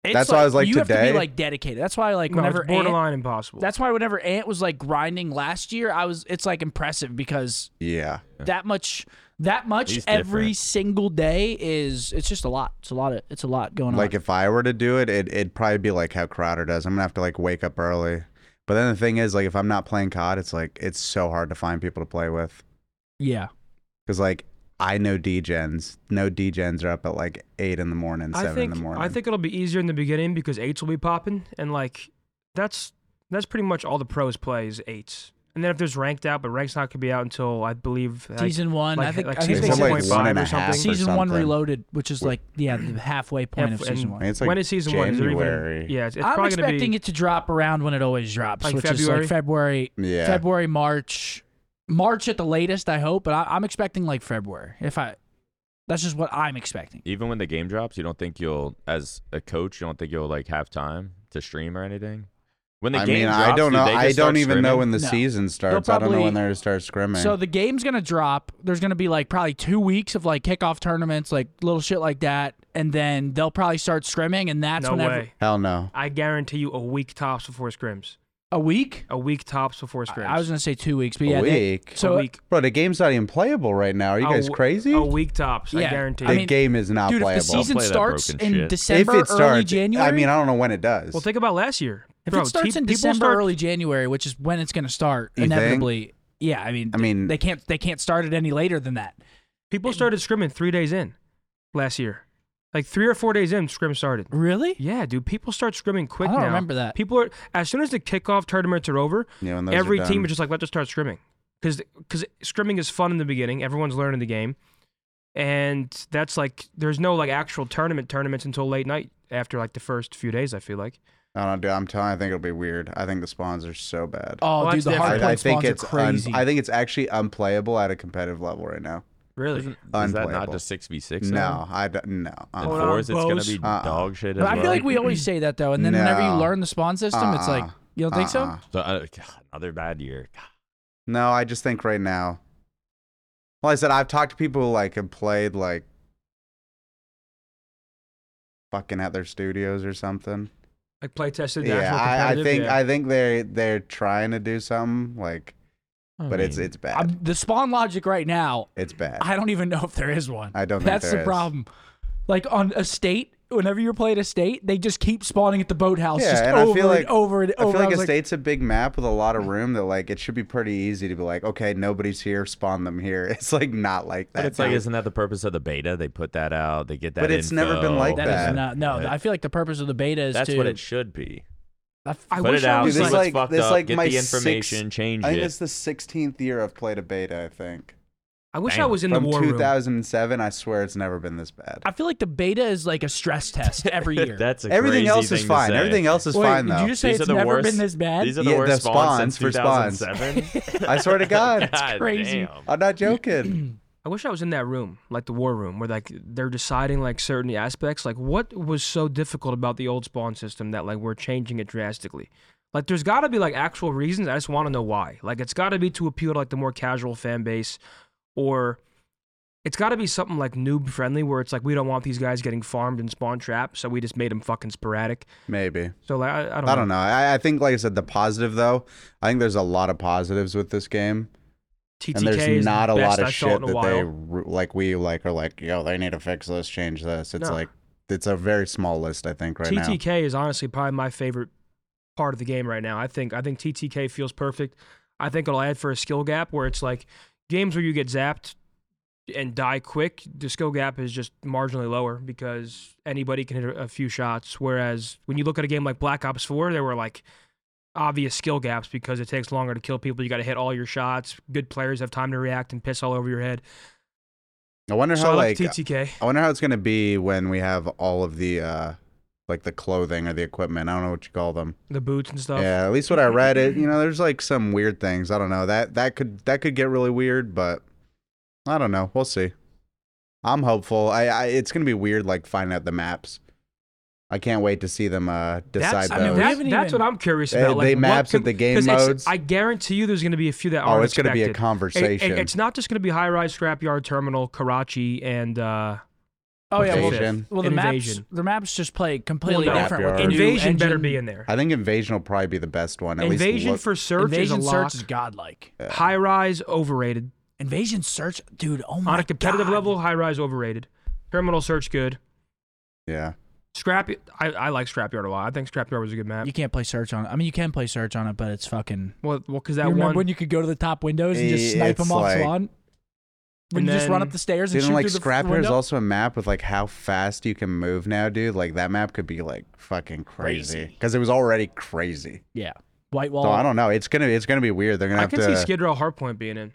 [SPEAKER 1] it's
[SPEAKER 2] That's why I was like,
[SPEAKER 1] you have to
[SPEAKER 2] today-
[SPEAKER 1] be like dedicated. That's why like
[SPEAKER 4] no, it's
[SPEAKER 1] whenever Ant,
[SPEAKER 4] borderline impossible.
[SPEAKER 1] that's why whenever Ant was like grinding last year, I was it's like impressive because
[SPEAKER 2] yeah.
[SPEAKER 1] that much that much
[SPEAKER 3] He's
[SPEAKER 1] every
[SPEAKER 3] different.
[SPEAKER 1] single day is it's just a lot. It's a lot. Of, it's a lot going
[SPEAKER 2] Like
[SPEAKER 1] on.
[SPEAKER 2] if I were to do it, it it'd probably be like how Crowder does. I'm gonna have to like wake up early. But then the thing is, like, if I'm not playing COD, it's like it's so hard to find people to play with.
[SPEAKER 1] yeah,
[SPEAKER 2] Because like I know DGens, no DGens are up at like eight in the morning,
[SPEAKER 4] I
[SPEAKER 2] seven
[SPEAKER 4] think
[SPEAKER 2] in the morning.
[SPEAKER 4] I think it'll be easier in the beginning because eights will be popping, and like that's that's pretty much all the pros play is eights. And then if there's ranked out, but ranks not could be out until I believe like,
[SPEAKER 1] season one.
[SPEAKER 4] like,
[SPEAKER 1] I think
[SPEAKER 4] like
[SPEAKER 1] I think
[SPEAKER 2] season
[SPEAKER 1] they
[SPEAKER 2] one,
[SPEAKER 1] said
[SPEAKER 2] like
[SPEAKER 1] it's
[SPEAKER 2] one and a
[SPEAKER 4] 6.5 or
[SPEAKER 2] half or
[SPEAKER 4] something.
[SPEAKER 1] season one
[SPEAKER 2] something.
[SPEAKER 1] reloaded, which is like yeah the halfway point
[SPEAKER 4] Half-
[SPEAKER 1] of
[SPEAKER 4] and
[SPEAKER 1] season one.
[SPEAKER 2] I mean, it's like
[SPEAKER 4] when is season one? Is it
[SPEAKER 2] January.
[SPEAKER 4] even, yeah, it's, it's
[SPEAKER 1] I'm
[SPEAKER 4] probably gonna
[SPEAKER 1] expecting
[SPEAKER 4] be.
[SPEAKER 1] it to drop around when it always drops,
[SPEAKER 4] Like
[SPEAKER 1] which
[SPEAKER 4] February?
[SPEAKER 1] is like February,
[SPEAKER 2] yeah,
[SPEAKER 1] February, March, March at the latest, I hope. But I, I'm expecting like February. If I, that's just what I'm expecting.
[SPEAKER 3] Even when the game drops, you don't think you'll, as a coach, you don't think you'll like have time to stream or anything. When the
[SPEAKER 2] I
[SPEAKER 3] game
[SPEAKER 2] mean,
[SPEAKER 3] drops,
[SPEAKER 2] I don't
[SPEAKER 3] do
[SPEAKER 2] know.
[SPEAKER 3] they
[SPEAKER 2] I
[SPEAKER 3] just start
[SPEAKER 2] don't even know
[SPEAKER 3] scrimming?
[SPEAKER 2] when the
[SPEAKER 1] No.
[SPEAKER 2] season starts. I don't know
[SPEAKER 1] probably-
[SPEAKER 2] when they're to start scrimming.
[SPEAKER 1] So the game's gonna drop. There's gonna be like probably two weeks of like kickoff tournaments, like little shit like that, and then they'll probably start scrimming, and that's
[SPEAKER 4] no
[SPEAKER 1] whenever.
[SPEAKER 4] way.
[SPEAKER 2] Hell no.
[SPEAKER 4] I guarantee you a week tops before scrims.
[SPEAKER 1] A week?
[SPEAKER 4] A week tops before
[SPEAKER 1] I-
[SPEAKER 4] scrims.
[SPEAKER 1] I was gonna say two weeks, but
[SPEAKER 2] a
[SPEAKER 1] yeah, they-
[SPEAKER 2] week.
[SPEAKER 1] so-
[SPEAKER 4] a week.
[SPEAKER 2] Bro, the game's not even playable right now. Are you
[SPEAKER 4] A
[SPEAKER 2] guys
[SPEAKER 4] w-
[SPEAKER 2] crazy?
[SPEAKER 4] A week tops. I
[SPEAKER 1] Yeah.
[SPEAKER 4] guarantee.
[SPEAKER 2] the
[SPEAKER 1] I mean,
[SPEAKER 2] game is not
[SPEAKER 1] dude, if
[SPEAKER 2] playable.
[SPEAKER 1] the season
[SPEAKER 3] Play that
[SPEAKER 1] starts
[SPEAKER 3] broken
[SPEAKER 1] in
[SPEAKER 3] shit. If it
[SPEAKER 1] December,
[SPEAKER 2] if it starts,
[SPEAKER 1] early January.
[SPEAKER 2] I mean, I don't know when it does.
[SPEAKER 4] well, think about last year.
[SPEAKER 1] if
[SPEAKER 4] Bro,
[SPEAKER 1] it starts
[SPEAKER 4] te-
[SPEAKER 1] in
[SPEAKER 4] people
[SPEAKER 1] December,
[SPEAKER 4] start-
[SPEAKER 1] early January, which is when it's gonna start
[SPEAKER 2] You think?
[SPEAKER 1] inevitably. Yeah, I mean,
[SPEAKER 2] I mean-
[SPEAKER 1] they can't they can't start it any later than that.
[SPEAKER 4] People started scrimming three days in last year. Like three or four days in, scrim started.
[SPEAKER 1] Really?
[SPEAKER 4] Yeah, dude, people start scrimming quick
[SPEAKER 1] I don't
[SPEAKER 4] now.
[SPEAKER 1] remember that.
[SPEAKER 4] People are as soon as the kickoff tournaments are over,
[SPEAKER 2] Yeah, when those are
[SPEAKER 4] every team
[SPEAKER 2] done.
[SPEAKER 4] is just like, let's just start scrimming. Because because scrimming is fun in the beginning. Everyone's learning the game, and that's like there's no like actual tournament tournaments until late night after like the first few days. I feel like
[SPEAKER 2] I don't know, dude. I'm telling. I think it'll be weird. I think the spawns are so bad.
[SPEAKER 1] Oh,
[SPEAKER 4] Well,
[SPEAKER 1] dude,
[SPEAKER 4] that's
[SPEAKER 1] the
[SPEAKER 4] different.
[SPEAKER 1] hard
[SPEAKER 2] I, I
[SPEAKER 1] point
[SPEAKER 2] think
[SPEAKER 1] spawns are
[SPEAKER 2] it's un-
[SPEAKER 1] crazy.
[SPEAKER 2] I think it's actually unplayable at a competitive level right now.
[SPEAKER 4] really.
[SPEAKER 3] Isn't- Is that not
[SPEAKER 2] Unplayable.
[SPEAKER 3] just six v six?
[SPEAKER 2] No, I d- no. uh-uh.
[SPEAKER 3] And
[SPEAKER 4] Hold on,
[SPEAKER 3] fours, it's gonna
[SPEAKER 4] Bose.
[SPEAKER 3] be
[SPEAKER 2] Uh-uh.
[SPEAKER 3] dog shit.
[SPEAKER 1] but
[SPEAKER 3] as
[SPEAKER 1] I feel
[SPEAKER 3] well.
[SPEAKER 1] like we always say that though, and then whenever you
[SPEAKER 2] No.
[SPEAKER 1] learn the spawn system, it's like
[SPEAKER 2] Uh-uh.
[SPEAKER 1] you don't think so.
[SPEAKER 2] Uh-uh.
[SPEAKER 3] So, uh, another bad year.
[SPEAKER 2] No, I just think right now. Well, I said I've talked to people who, like have played like fucking at their studios or something.
[SPEAKER 4] Like play tested. the
[SPEAKER 2] Yeah,
[SPEAKER 4] actual
[SPEAKER 2] I, I
[SPEAKER 4] competitive,
[SPEAKER 2] think
[SPEAKER 4] yeah.
[SPEAKER 2] I think they they're trying to do something like,
[SPEAKER 1] Oh,
[SPEAKER 2] but it's it's bad.
[SPEAKER 1] I'm, the spawn logic right now,
[SPEAKER 2] it's bad.
[SPEAKER 1] I don't even know if there is one.
[SPEAKER 2] I don't think
[SPEAKER 1] That's
[SPEAKER 2] there
[SPEAKER 1] the
[SPEAKER 2] is.
[SPEAKER 1] problem. Like on a state, whenever you're playing a state, they just keep spawning at the boathouse
[SPEAKER 2] yeah,
[SPEAKER 1] just
[SPEAKER 2] and
[SPEAKER 1] over
[SPEAKER 2] I feel like
[SPEAKER 1] and over and over.
[SPEAKER 2] I feel like
[SPEAKER 1] was
[SPEAKER 2] a state's a big map with a lot of room that like it should be pretty easy to be like, okay, nobody's here, spawn them here. It's like not like that.
[SPEAKER 3] But it's like, isn't that the purpose of the beta? They put that out. They get that.
[SPEAKER 2] But it's never been
[SPEAKER 3] info.
[SPEAKER 2] like
[SPEAKER 1] that
[SPEAKER 2] that.
[SPEAKER 1] is not no.
[SPEAKER 3] Yeah.
[SPEAKER 1] I feel like the purpose of the beta is
[SPEAKER 3] That's
[SPEAKER 1] to
[SPEAKER 3] what it should be.
[SPEAKER 1] I f-
[SPEAKER 4] I
[SPEAKER 3] Put
[SPEAKER 4] wish
[SPEAKER 3] it
[SPEAKER 4] I
[SPEAKER 3] out.
[SPEAKER 2] Dude,
[SPEAKER 4] was
[SPEAKER 3] see
[SPEAKER 2] this
[SPEAKER 4] like,
[SPEAKER 2] is
[SPEAKER 3] what's
[SPEAKER 2] like-
[SPEAKER 3] fucked
[SPEAKER 2] this is
[SPEAKER 3] up.
[SPEAKER 2] like
[SPEAKER 3] get
[SPEAKER 2] my
[SPEAKER 3] the
[SPEAKER 2] sixth-
[SPEAKER 3] information. change
[SPEAKER 2] I think
[SPEAKER 3] it.
[SPEAKER 2] it's the 16th year I've played a beta. I think
[SPEAKER 4] I wish I
[SPEAKER 3] Damn.
[SPEAKER 4] was in
[SPEAKER 2] from
[SPEAKER 4] the war room.
[SPEAKER 2] 2007. I swear it's never been this bad.
[SPEAKER 1] I feel like the beta is like a stress test every year.
[SPEAKER 3] That's a
[SPEAKER 2] Everything
[SPEAKER 3] crazy
[SPEAKER 2] else
[SPEAKER 3] thing
[SPEAKER 2] is
[SPEAKER 3] to
[SPEAKER 2] fine.
[SPEAKER 3] say.
[SPEAKER 2] Everything else is
[SPEAKER 1] Wait,
[SPEAKER 2] fine
[SPEAKER 1] did
[SPEAKER 2] though.
[SPEAKER 1] you just say
[SPEAKER 3] These
[SPEAKER 1] it's
[SPEAKER 3] are the
[SPEAKER 1] never
[SPEAKER 3] worst-
[SPEAKER 1] been this bad?
[SPEAKER 3] These are the
[SPEAKER 2] Yeah, the
[SPEAKER 3] worst spawns,
[SPEAKER 2] spawns for
[SPEAKER 3] since
[SPEAKER 2] spawns.
[SPEAKER 3] 2007.
[SPEAKER 2] I swear to God,
[SPEAKER 3] God
[SPEAKER 1] crazy.
[SPEAKER 3] damn.
[SPEAKER 2] I'm not joking.
[SPEAKER 4] I wish I was in that room, like the war room, where like they're deciding like certain aspects. Like, what was so difficult about the old spawn system that like we're changing it drastically? Like, there's got to be like actual reasons. I just want to know why. Like, it's got to be to appeal to like the more casual fan base, or it's got to be something like noob friendly, where it's like we don't want these guys getting farmed and spawn trapped, so we just made them fucking sporadic.
[SPEAKER 2] Maybe.
[SPEAKER 4] So like, I, I don't.
[SPEAKER 2] I don't know. I, I think, like I said, the positive though. I think there's a lot of positives with this game,
[SPEAKER 4] TTK
[SPEAKER 2] and
[SPEAKER 4] is
[SPEAKER 2] there's
[SPEAKER 4] the
[SPEAKER 2] not a lot
[SPEAKER 4] best
[SPEAKER 2] of
[SPEAKER 4] I've felt
[SPEAKER 2] shit
[SPEAKER 4] in a
[SPEAKER 2] that
[SPEAKER 4] while.
[SPEAKER 2] they ru- like. We like are like, yo, they need to fix this, change this. It's
[SPEAKER 4] No.
[SPEAKER 2] like it's a very small list, I think, right now.
[SPEAKER 4] TTK is honestly probably my favorite part of the game right now. I think I think TTK feels perfect. I think it'll add for a skill gap where it's like games where you get zapped and die quick. The skill gap is just marginally lower because anybody can hit a few shots. Whereas when you look at a game like Black Ops Four, there were like obvious skill gaps because it takes longer to kill people. You got to hit all your shots. Good players have time to react and piss all over your head.
[SPEAKER 2] I wonder
[SPEAKER 4] So
[SPEAKER 2] how
[SPEAKER 4] I like
[SPEAKER 2] like
[SPEAKER 4] TTK.
[SPEAKER 2] I wonder how it's gonna be when we have all of the uh like the clothing or the equipment. I don't know what you call them.
[SPEAKER 4] The boots and stuff.
[SPEAKER 2] Yeah, at least what I read it, you know, there's like some weird things. I don't know. That that could that could get really weird, but I don't know. We'll see. I'm hopeful. I, I it's gonna be weird like finding out the maps. I can't wait to see them uh decide
[SPEAKER 4] That's, I
[SPEAKER 2] those.
[SPEAKER 4] mean,
[SPEAKER 1] We
[SPEAKER 4] that's,
[SPEAKER 1] haven't
[SPEAKER 4] that's
[SPEAKER 1] even-
[SPEAKER 4] what I'm curious
[SPEAKER 2] They-
[SPEAKER 4] about. Like,
[SPEAKER 2] they
[SPEAKER 4] what
[SPEAKER 2] maps
[SPEAKER 4] could-
[SPEAKER 2] at the game
[SPEAKER 4] 'cause it's-
[SPEAKER 2] modes.
[SPEAKER 4] I guarantee you, there's going to be a few that
[SPEAKER 2] oh,
[SPEAKER 4] aren't
[SPEAKER 2] it's gonna be a
[SPEAKER 4] expected. It- it-
[SPEAKER 2] conversation.
[SPEAKER 4] it's not just going to be high rise, scrapyard, terminal, Karachi, and uh,
[SPEAKER 1] oh yeah, well,
[SPEAKER 2] Invasion.
[SPEAKER 1] well, the
[SPEAKER 4] And
[SPEAKER 1] maps
[SPEAKER 4] Invasion. the
[SPEAKER 1] the maps just play completely
[SPEAKER 4] Well, no.
[SPEAKER 1] different. with the new
[SPEAKER 4] invasion better
[SPEAKER 1] engine.
[SPEAKER 4] be in there.
[SPEAKER 2] I think invasion will probably be the best one. At least
[SPEAKER 4] Invasion
[SPEAKER 2] look-
[SPEAKER 4] for search
[SPEAKER 1] Invasion
[SPEAKER 4] is a lock.
[SPEAKER 1] search is godlike.
[SPEAKER 4] High rise overrated
[SPEAKER 1] Invasion search, dude. Oh my
[SPEAKER 4] on a competitive
[SPEAKER 1] God.
[SPEAKER 4] level. High rise overrated. Terminal search good.
[SPEAKER 2] yeah.
[SPEAKER 4] Scrap. I, I like scrapyard a lot. I think scrapyard was a good map.
[SPEAKER 1] You can't play search on. it. I mean, you can play search on it, but it's fucking.
[SPEAKER 4] well, well, because
[SPEAKER 1] You
[SPEAKER 4] that
[SPEAKER 1] remember
[SPEAKER 4] one.
[SPEAKER 1] when you could go to the top windows and just snipe
[SPEAKER 2] It's
[SPEAKER 1] them off
[SPEAKER 2] like-
[SPEAKER 1] salon? When
[SPEAKER 4] And
[SPEAKER 1] you just run
[SPEAKER 4] then-
[SPEAKER 1] up the stairs and
[SPEAKER 2] Didn't
[SPEAKER 1] shoot
[SPEAKER 2] like
[SPEAKER 1] through the f-
[SPEAKER 2] Scrapyard is
[SPEAKER 1] window?
[SPEAKER 2] also a map with like how fast you can move now, dude. Like that map could be like fucking crazy
[SPEAKER 1] Crazy.
[SPEAKER 2] because it was already crazy.
[SPEAKER 1] Yeah, white wall.
[SPEAKER 2] So I don't know. It's gonna it's gonna be weird. They're gonna
[SPEAKER 4] I
[SPEAKER 2] have
[SPEAKER 4] can
[SPEAKER 2] to
[SPEAKER 4] see Skid Row Hardpoint being in.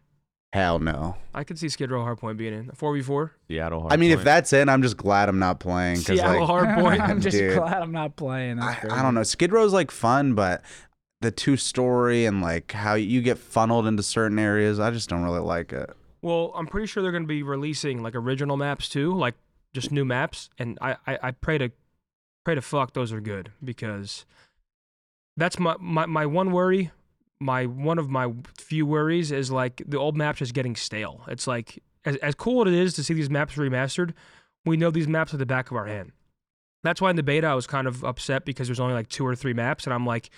[SPEAKER 2] hell no.
[SPEAKER 4] I can see Skid Row Hardpoint being in. Four v four.
[SPEAKER 3] Seattle.
[SPEAKER 2] I mean, if
[SPEAKER 3] Hardpoint.
[SPEAKER 2] that's in, I'm just glad I'm not playing because
[SPEAKER 4] Seattle
[SPEAKER 2] like
[SPEAKER 4] Hardpoint.
[SPEAKER 1] I'm just
[SPEAKER 2] Dude.
[SPEAKER 1] glad I'm not playing.
[SPEAKER 2] I,
[SPEAKER 1] That's
[SPEAKER 2] I don't know. Skid Row's like fun, but the two story and like how you get funneled into certain areas, I just don't really like it.
[SPEAKER 4] Well, I'm pretty sure they're going to be releasing like original maps too, like just new maps. And I, I, I pray to, pray to fuck those are good because that's my, my, my one worry. My one of my few worries is like the old maps just getting stale. It's like as as cool it is to see these maps remastered, we know these maps at the back of our hand. That's why in the beta I was kind of upset because there's only like two or three maps, and I'm like,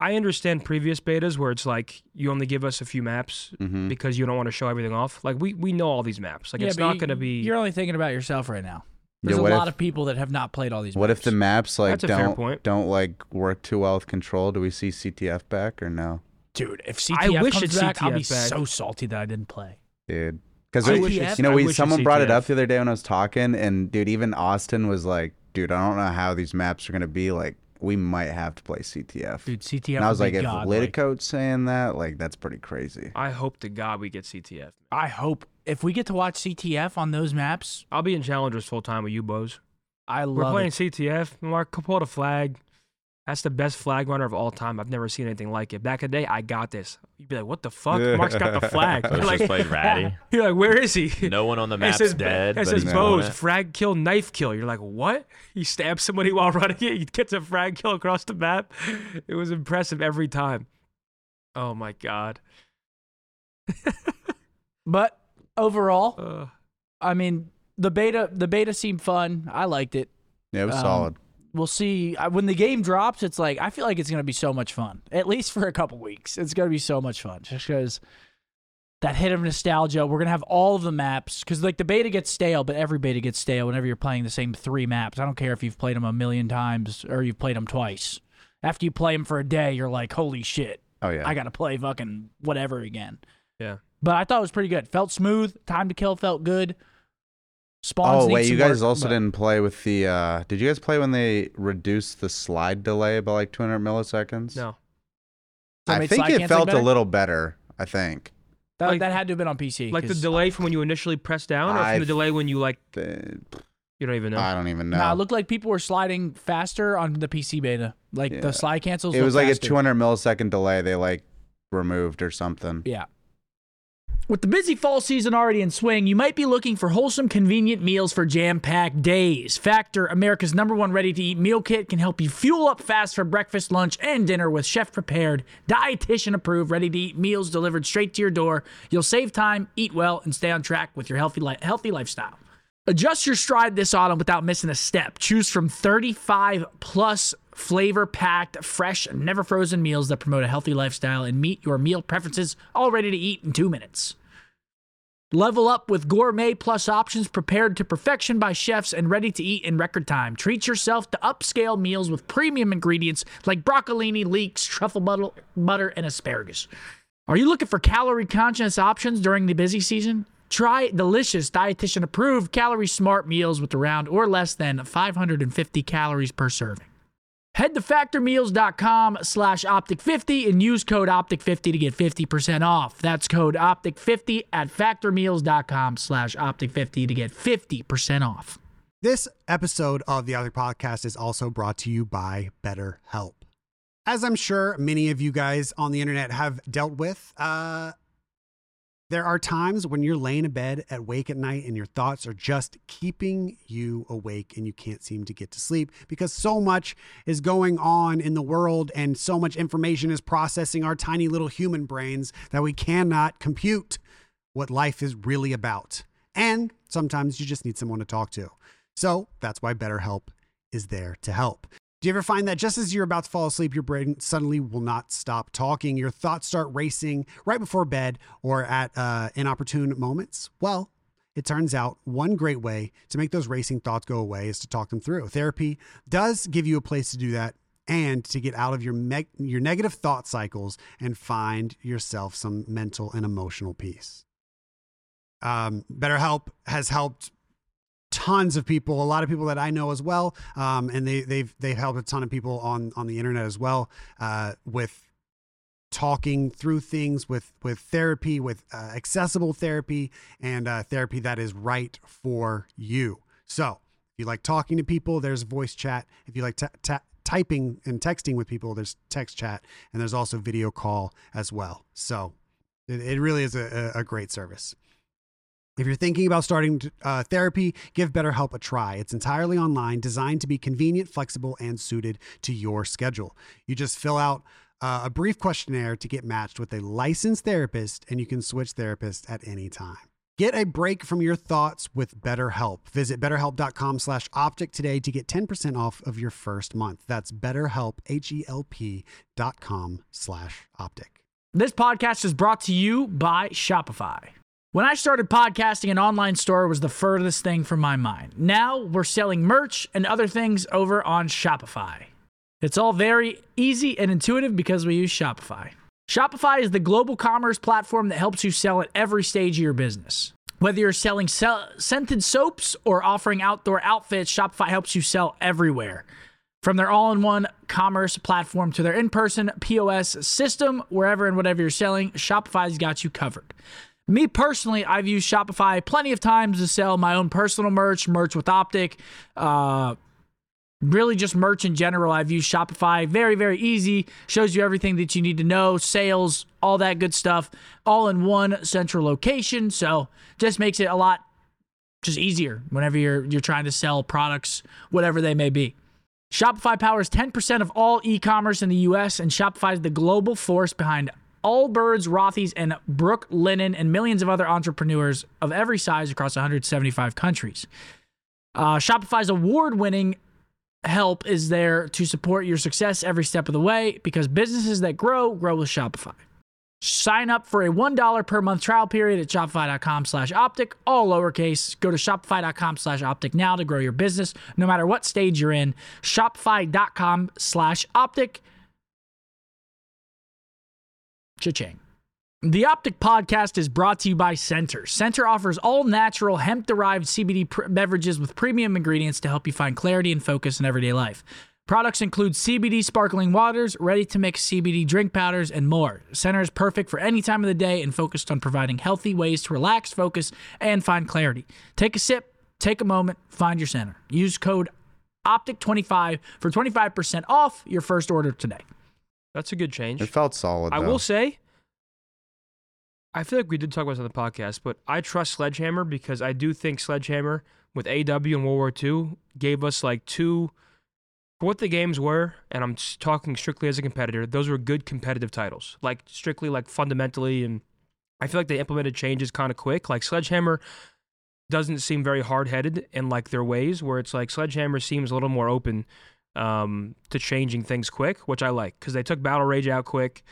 [SPEAKER 4] I understand previous betas where it's like you only give us a few maps
[SPEAKER 3] Mm-hmm.
[SPEAKER 2] Mhm.
[SPEAKER 4] because you don't want to show everything off. Like we we know all these maps. Like
[SPEAKER 1] Yeah,
[SPEAKER 4] it's
[SPEAKER 1] but
[SPEAKER 4] not
[SPEAKER 1] you-
[SPEAKER 4] going to be.
[SPEAKER 1] You're only thinking about yourself right now. There's
[SPEAKER 2] Yeah,
[SPEAKER 1] a
[SPEAKER 2] what
[SPEAKER 1] lot
[SPEAKER 2] if-
[SPEAKER 1] of people that have not played all these.
[SPEAKER 2] What if
[SPEAKER 1] maps.
[SPEAKER 2] the maps like
[SPEAKER 4] That's a fair
[SPEAKER 2] don't
[SPEAKER 4] point.
[SPEAKER 2] don't like work too well with control? Do we see CTF back or no,
[SPEAKER 1] dude? If
[SPEAKER 4] I
[SPEAKER 1] CTF
[SPEAKER 4] wish
[SPEAKER 1] comes
[SPEAKER 4] it's
[SPEAKER 1] back, I'll be
[SPEAKER 4] CTF back.
[SPEAKER 1] so salty that I didn't play.
[SPEAKER 2] dude? Because
[SPEAKER 4] I
[SPEAKER 1] wish
[SPEAKER 2] you
[SPEAKER 1] it's-
[SPEAKER 2] know
[SPEAKER 4] I
[SPEAKER 2] we
[SPEAKER 4] wish it's
[SPEAKER 2] someone brought it
[SPEAKER 4] CTF.
[SPEAKER 2] up the other day when I was talking, and dude, even Austin was like, "Dude, I don't know how these maps are gonna be. Like, we might have to play CTF."
[SPEAKER 1] Dude, CTF.
[SPEAKER 2] and I
[SPEAKER 1] would
[SPEAKER 2] was
[SPEAKER 1] be
[SPEAKER 2] like, if
[SPEAKER 1] godlike.
[SPEAKER 2] Liticote's saying that, like, that's pretty crazy.
[SPEAKER 4] I hope to God we get CTF.
[SPEAKER 1] I hope if we get to watch CTF on those maps,
[SPEAKER 4] I'll be in challengers full time with you, boys.
[SPEAKER 1] I love
[SPEAKER 4] We're playing
[SPEAKER 1] it.
[SPEAKER 4] CTF. Mark Capota flag. That's the best flag runner of all time. I've never seen anything like it. Back in the day, I got this. You'd be like, "What the fuck? Mark's got the flag."
[SPEAKER 3] Let's
[SPEAKER 4] Like-
[SPEAKER 3] just play Ratty.
[SPEAKER 4] You're like, "Where is he?"
[SPEAKER 3] No one on the
[SPEAKER 4] It
[SPEAKER 3] map's
[SPEAKER 4] says,
[SPEAKER 3] dead.
[SPEAKER 4] it
[SPEAKER 3] but he's
[SPEAKER 4] says
[SPEAKER 3] doing
[SPEAKER 4] bows,
[SPEAKER 3] it.
[SPEAKER 4] frag kill, knife kill. You're like, what? You stab somebody while running it, you get to frag kill across the map. It was impressive every time. Oh my god.
[SPEAKER 1] But overall,
[SPEAKER 4] Uh,
[SPEAKER 1] I mean, the beta the beta seemed fun. I liked it.
[SPEAKER 2] Yeah, it was
[SPEAKER 1] Um,
[SPEAKER 2] solid.
[SPEAKER 1] We'll see I- when the game drops. It's like I feel like it's gonna be so much fun. At least for a couple weeks, it's gonna be so much fun. Just because that hit of nostalgia, we're gonna have all of the maps. Because like the beta gets stale, but every beta gets stale whenever you're playing the same three maps. I don't care if you've played them a million times or you've played them twice. After you play them for a day, you're like, holy shit,
[SPEAKER 2] Oh yeah,
[SPEAKER 1] I got to play fucking whatever again.
[SPEAKER 4] Yeah.
[SPEAKER 1] But I thought it was pretty good. Felt smooth. Time to kill felt good. Spawns.
[SPEAKER 2] Oh
[SPEAKER 1] need
[SPEAKER 2] wait,
[SPEAKER 1] some
[SPEAKER 2] you guys
[SPEAKER 1] work,
[SPEAKER 2] also
[SPEAKER 1] but-
[SPEAKER 2] didn't play with the. uh Did you guys play when they reduced the slide delay by like 200 milliseconds?
[SPEAKER 4] no.
[SPEAKER 1] So it
[SPEAKER 2] I
[SPEAKER 1] made
[SPEAKER 2] think
[SPEAKER 1] slide
[SPEAKER 2] it
[SPEAKER 1] canceling
[SPEAKER 2] felt a
[SPEAKER 1] better?
[SPEAKER 2] little better. I think.
[SPEAKER 1] That,
[SPEAKER 4] like-
[SPEAKER 1] that had to have been on PC.
[SPEAKER 4] Like the
[SPEAKER 1] 'cause-
[SPEAKER 4] delay from when you initially press down or
[SPEAKER 2] I-
[SPEAKER 4] from the delay when you like
[SPEAKER 2] Uh,
[SPEAKER 4] you don't even know.
[SPEAKER 2] I don't even know.
[SPEAKER 1] Nah, it looked like people were sliding faster on the PC beta. Like
[SPEAKER 2] Yeah.
[SPEAKER 1] the slide cancels.
[SPEAKER 2] it was
[SPEAKER 1] look
[SPEAKER 2] like a
[SPEAKER 1] faster.
[SPEAKER 2] 200 millisecond delay. They like removed or something.
[SPEAKER 1] Yeah. With the busy fall season already in swing, you might be looking for wholesome, convenient meals for jam packed days. Factor, America's number one ready to eat meal kit, can help you fuel up fast for breakfast, lunch, and dinner with chef prepared, dietitian approved, ready to eat meals delivered straight to your door. You'll save time, eat well, and stay on track with your healthy, li- healthy lifestyle. Adjust your stride this autumn without missing a step. Choose from 35 plus flavor packed, fresh, never frozen meals that promote a healthy lifestyle and meet your meal preferences, all ready to eat in two minutes. Level up with gourmet plus options prepared to perfection by chefs and ready to eat in record time. Treat yourself to upscale meals with premium ingredients like broccolini, leeks, truffle butter, butter and asparagus. Are you looking for calorie conscious options during the busy season? Try delicious, dietitian approved, calorie smart meals with around or less than 550 calories per serving. Head to factormeals.com slash optic50 and use code optic50 to get 50% off. That's code optic50 at factormeals.com slash optic50 to get 50% off.
[SPEAKER 6] This episode of the Other Podcast is also brought to you by BetterHelp. As I'm sure many of you guys on the internet have dealt with, uh, there are times when you're laying in bed at wake at night and your thoughts are just keeping you awake and you can't seem to get to sleep because so much is going on in the world and so much information is processing our tiny little human brains that we cannot compute what life is really about. And sometimes you just need someone to talk to. So that's why BetterHelp is there to help. Do you ever find that just as you're about to fall asleep, your brain suddenly will not stop talking? Your thoughts start racing right before bed or at uh, inopportune moments? Well, it turns out one great way to make those racing thoughts go away is to talk them through. Therapy does give you a place to do that and to get out of your me- your negative thought cycles and find yourself some mental and emotional peace. Um, BetterHelp has helped tons of people, a lot of people that I know as well, um, and they they've they've helped a ton of people on on the internet as well uh, with talking through things with with therapy with uh, accessible therapy and uh, therapy that is right for you so if you like talking to people there's voice chat if you like ta- ta- typing and texting with people there's text chat and there's also video call as well so it, it really is a, a a great service if you're thinking about starting uh, therapy, give BetterHelp a try. It's entirely online, designed to be convenient, flexible, and suited to your schedule. You just fill out uh, a brief questionnaire to get matched with a licensed therapist, and you can switch therapists at any time. Get a break from your thoughts with BetterHelp. Visit betterhelp.com slash optic today to get 10% off of your first month. That's betterhelp, H-E-L-P dot com slash optic.
[SPEAKER 1] This podcast is brought to you by Shopify. When I started podcasting, an online store was the furthest thing from my mind. Now we're selling merch and other things over on Shopify. It's all very easy and intuitive because we use Shopify. Shopify is the global commerce platform that helps you sell at every stage of your business. Whether you're selling se- scented soaps or offering outdoor outfits, Shopify helps you sell everywhere. From their all in one commerce platform to their in person POS system, wherever and whatever you're selling, Shopify's got you covered. Me personally, I've used Shopify plenty of times to sell my own personal merch, merch with Optic, uh, really just merch in general. I've used Shopify. Very, very easy. Shows you everything that you need to know sales, all that good stuff, all in one central location. So just makes it a lot just easier whenever you're you're trying to sell products, whatever they may be. Shopify powers 10% of all e-commerce in the US and Shopify is the global force behind Allbirds, Rothy's, and Brook Linen, and millions of other entrepreneurs of every size across 175 countries. Uh, Shopify's award-winning help is there to support your success every step of the way because businesses that grow grow with Shopify. Sign up for a $1 per month trial period at shopify.com slash optic, all lowercase. Go to shopify.com slash optic now to grow your business, no matter what stage you're in. Shopify.com slash optic. Cha-ching. The Optic Podcast is brought to you by Center. Center offers all natural hemp derived CBD pr- beverages with premium ingredients to help you find clarity and focus in everyday life. Products include CBD sparkling waters, ready to mix CBD drink powders, and more. Center is perfect for any time of the day and focused on providing healthy ways to relax, focus, and find clarity. Take a sip, take a moment, find your center. Use code OPTIC25 for 25% off your first order today.
[SPEAKER 4] That's a good change.
[SPEAKER 2] It felt solid.
[SPEAKER 4] I
[SPEAKER 2] though.
[SPEAKER 4] will say, I feel like we did talk about this on the podcast, but I trust Sledgehammer because I do think Sledgehammer with AW and World War II gave us like two, for what the games were, and I'm s- talking strictly as a competitor, those were good competitive titles. Like, strictly, like fundamentally, and I feel like they implemented changes kind of quick. Like, Sledgehammer doesn't seem very hard headed in like their ways, where it's like Sledgehammer seems a little more open um, to changing things quick, which I like because they took Battle Rage out quick,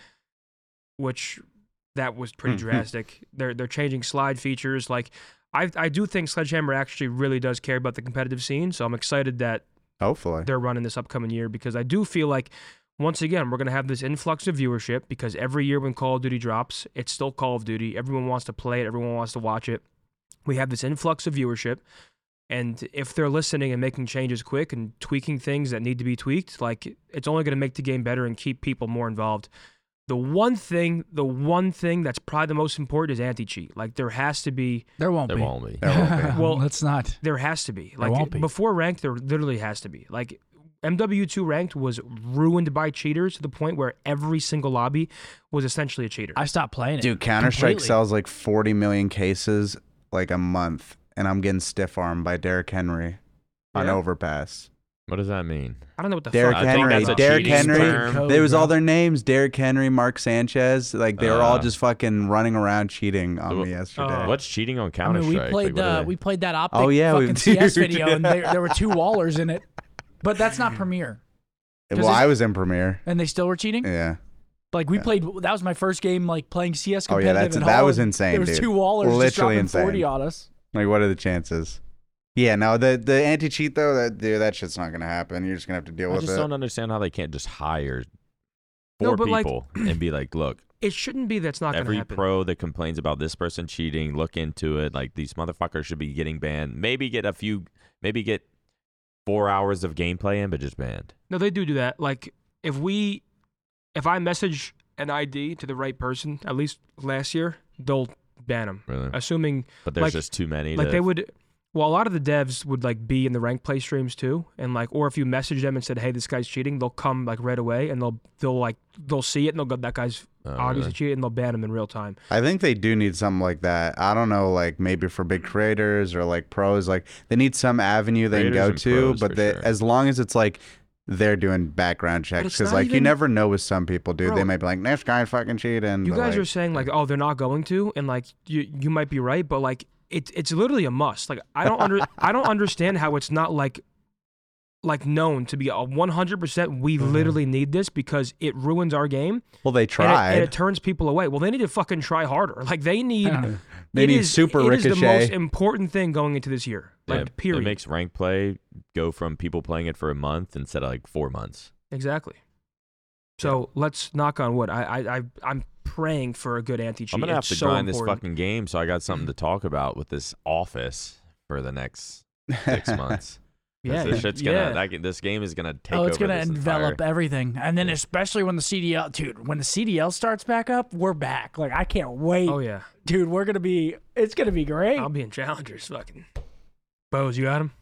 [SPEAKER 4] which that was pretty
[SPEAKER 2] Mhm.
[SPEAKER 4] drastic. They're they're changing slide features. Like I I do think Sledgehammer actually really does care about the competitive scene, so I'm excited that
[SPEAKER 2] Hopefully.
[SPEAKER 4] they're running this upcoming year because I do feel like once again we're gonna have this influx of viewership because every year when Call of Duty drops, it's still Call of Duty. Everyone wants to play it. Everyone wants to watch it. We have this influx of viewership. And if they're listening and making changes quick and tweaking things that need to be tweaked, like it's only going to make the game better and keep people more involved. The one thing, the one thing that's probably the most important is anti-cheat. Like there has to be,
[SPEAKER 1] There won't
[SPEAKER 3] There
[SPEAKER 1] be.
[SPEAKER 3] won't be.
[SPEAKER 4] Well-
[SPEAKER 1] let's not.
[SPEAKER 4] there has to be. Like
[SPEAKER 1] won't be.
[SPEAKER 4] before ranked, there literally has to be. Like MW2 ranked was ruined by cheaters to the point where every single lobby was essentially a cheater.
[SPEAKER 1] I stopped playing it.
[SPEAKER 2] Dude, Counter Strike
[SPEAKER 1] completely.
[SPEAKER 2] sells like 40 million cases like a month, and I'm getting stiff armed by Derrick Henry on
[SPEAKER 4] Yeah.
[SPEAKER 2] Overpass.
[SPEAKER 3] What does that mean?
[SPEAKER 4] I don't know what the
[SPEAKER 2] Derrick
[SPEAKER 4] fuck.
[SPEAKER 3] I think
[SPEAKER 2] Henry,
[SPEAKER 3] that's a
[SPEAKER 2] Derrick
[SPEAKER 3] cheating
[SPEAKER 2] Henry.
[SPEAKER 3] term.
[SPEAKER 2] There was all
[SPEAKER 1] the
[SPEAKER 2] their names: Derrick Henry, Mark Sanchez. Like they were all
[SPEAKER 3] Uh. Oh.
[SPEAKER 2] just fucking running around cheating on
[SPEAKER 3] So-
[SPEAKER 2] me yesterday.
[SPEAKER 4] Uh,
[SPEAKER 3] What's cheating on
[SPEAKER 1] I
[SPEAKER 3] Counter
[SPEAKER 1] mean, we
[SPEAKER 3] Strike?
[SPEAKER 1] played uh, we played that optic
[SPEAKER 2] Oh, yeah, we-
[SPEAKER 1] fucking CS
[SPEAKER 2] dude.
[SPEAKER 1] video, and there, there were two wallers in it. But that's not Premiere,
[SPEAKER 2] well, I was in Premiere.
[SPEAKER 1] and they still were cheating.
[SPEAKER 2] Yeah.
[SPEAKER 1] Like we played. That was my first game, like playing CS.
[SPEAKER 2] Oh, yeah,
[SPEAKER 1] Competitive
[SPEAKER 2] that's-
[SPEAKER 1] in
[SPEAKER 2] that was
[SPEAKER 1] Holland.
[SPEAKER 2] insane,
[SPEAKER 1] There was
[SPEAKER 2] dude.
[SPEAKER 1] two wallers just
[SPEAKER 2] Literally
[SPEAKER 1] dropping
[SPEAKER 2] insane.
[SPEAKER 1] forty on us.
[SPEAKER 2] Like, what are the chances? Yeah, no, the the anti cheat though, that dude, that shit's not gonna happen. You're just gonna have to deal
[SPEAKER 3] I
[SPEAKER 2] with
[SPEAKER 3] just
[SPEAKER 2] it.
[SPEAKER 3] don't understand how they can't just hire
[SPEAKER 4] No,
[SPEAKER 3] four
[SPEAKER 4] but, like-
[SPEAKER 3] people and be like, look,
[SPEAKER 4] It shouldn't be that's not going to
[SPEAKER 3] every
[SPEAKER 4] happen.
[SPEAKER 3] pro that complains about this person cheating, look into it. Like these motherfuckers should be getting banned. Maybe get a few, maybe get four hours of gameplay in, but just banned.
[SPEAKER 4] No, they do do that. Like if we, if I message an ID to the right person, at least last year, they'll ban them.
[SPEAKER 3] Really?
[SPEAKER 4] Assuming
[SPEAKER 3] But there's
[SPEAKER 4] Like-
[SPEAKER 3] just too many.
[SPEAKER 4] like
[SPEAKER 3] to-
[SPEAKER 4] they would. Well, a lot of the devs would like be in the rank play streams too, and like, or if you message them and said, "Hey, this guy's cheating," they'll come like right away, and they'll they'll like they'll see it and they'll go, "That guy's
[SPEAKER 3] Oh,
[SPEAKER 4] obviously
[SPEAKER 3] really?
[SPEAKER 4] cheating," and they'll ban him in real time.
[SPEAKER 2] I think they do need something like that. I don't know, like maybe for big creators or like pros, like they need some avenue they
[SPEAKER 3] Creators
[SPEAKER 2] can go
[SPEAKER 3] and
[SPEAKER 2] to,
[SPEAKER 3] pros, for
[SPEAKER 2] but they,
[SPEAKER 3] sure.
[SPEAKER 2] as long as it's like they're doing background checks,
[SPEAKER 4] it's
[SPEAKER 2] because
[SPEAKER 4] not
[SPEAKER 2] like you
[SPEAKER 4] even-
[SPEAKER 2] never know with some people, dude.
[SPEAKER 4] Bro.
[SPEAKER 2] they might be like, "This guy fucking cheating."
[SPEAKER 4] You
[SPEAKER 2] but,
[SPEAKER 4] guys
[SPEAKER 2] like,
[SPEAKER 4] are saying like, "Oh, they're not going to," and like you you might be right, but like it, it's literally a must. Like I don't under I don't understand how it's not like like known to be a 100% we literally need this because it ruins our game
[SPEAKER 2] Well, they
[SPEAKER 4] and it-
[SPEAKER 2] tried.
[SPEAKER 4] and it turns people away. Well, they need to fucking try harder. Like they need
[SPEAKER 2] they
[SPEAKER 4] it
[SPEAKER 2] need
[SPEAKER 4] is-
[SPEAKER 2] super
[SPEAKER 4] it is
[SPEAKER 2] ricochet.
[SPEAKER 4] the most important thing going into this year.
[SPEAKER 3] Yeah,
[SPEAKER 4] Like period.
[SPEAKER 3] It makes rank play go from people playing it for a month instead of like four months.
[SPEAKER 4] exactly. So let's knock on wood. I I, I I'm praying for a good anti cheat.
[SPEAKER 3] I'm gonna have to
[SPEAKER 4] so
[SPEAKER 3] grind this
[SPEAKER 4] important.
[SPEAKER 3] fucking game so I got something to talk about with this office for the next six months. 'Cause
[SPEAKER 4] Yeah,
[SPEAKER 3] this shit's
[SPEAKER 4] yeah.
[SPEAKER 3] gonna. that g- this game is gonna take.
[SPEAKER 1] oh, it's
[SPEAKER 3] over
[SPEAKER 1] gonna
[SPEAKER 3] this
[SPEAKER 1] envelop
[SPEAKER 3] entire-
[SPEAKER 1] everything, and then
[SPEAKER 3] Yeah.
[SPEAKER 1] especially when the CDL, dude, when the CDL starts back up, we're back. Like I can't wait,
[SPEAKER 4] Oh yeah,
[SPEAKER 1] dude. We're gonna be, it's gonna be great.
[SPEAKER 4] I'll be in challengers. Fucking. Bose, you got him?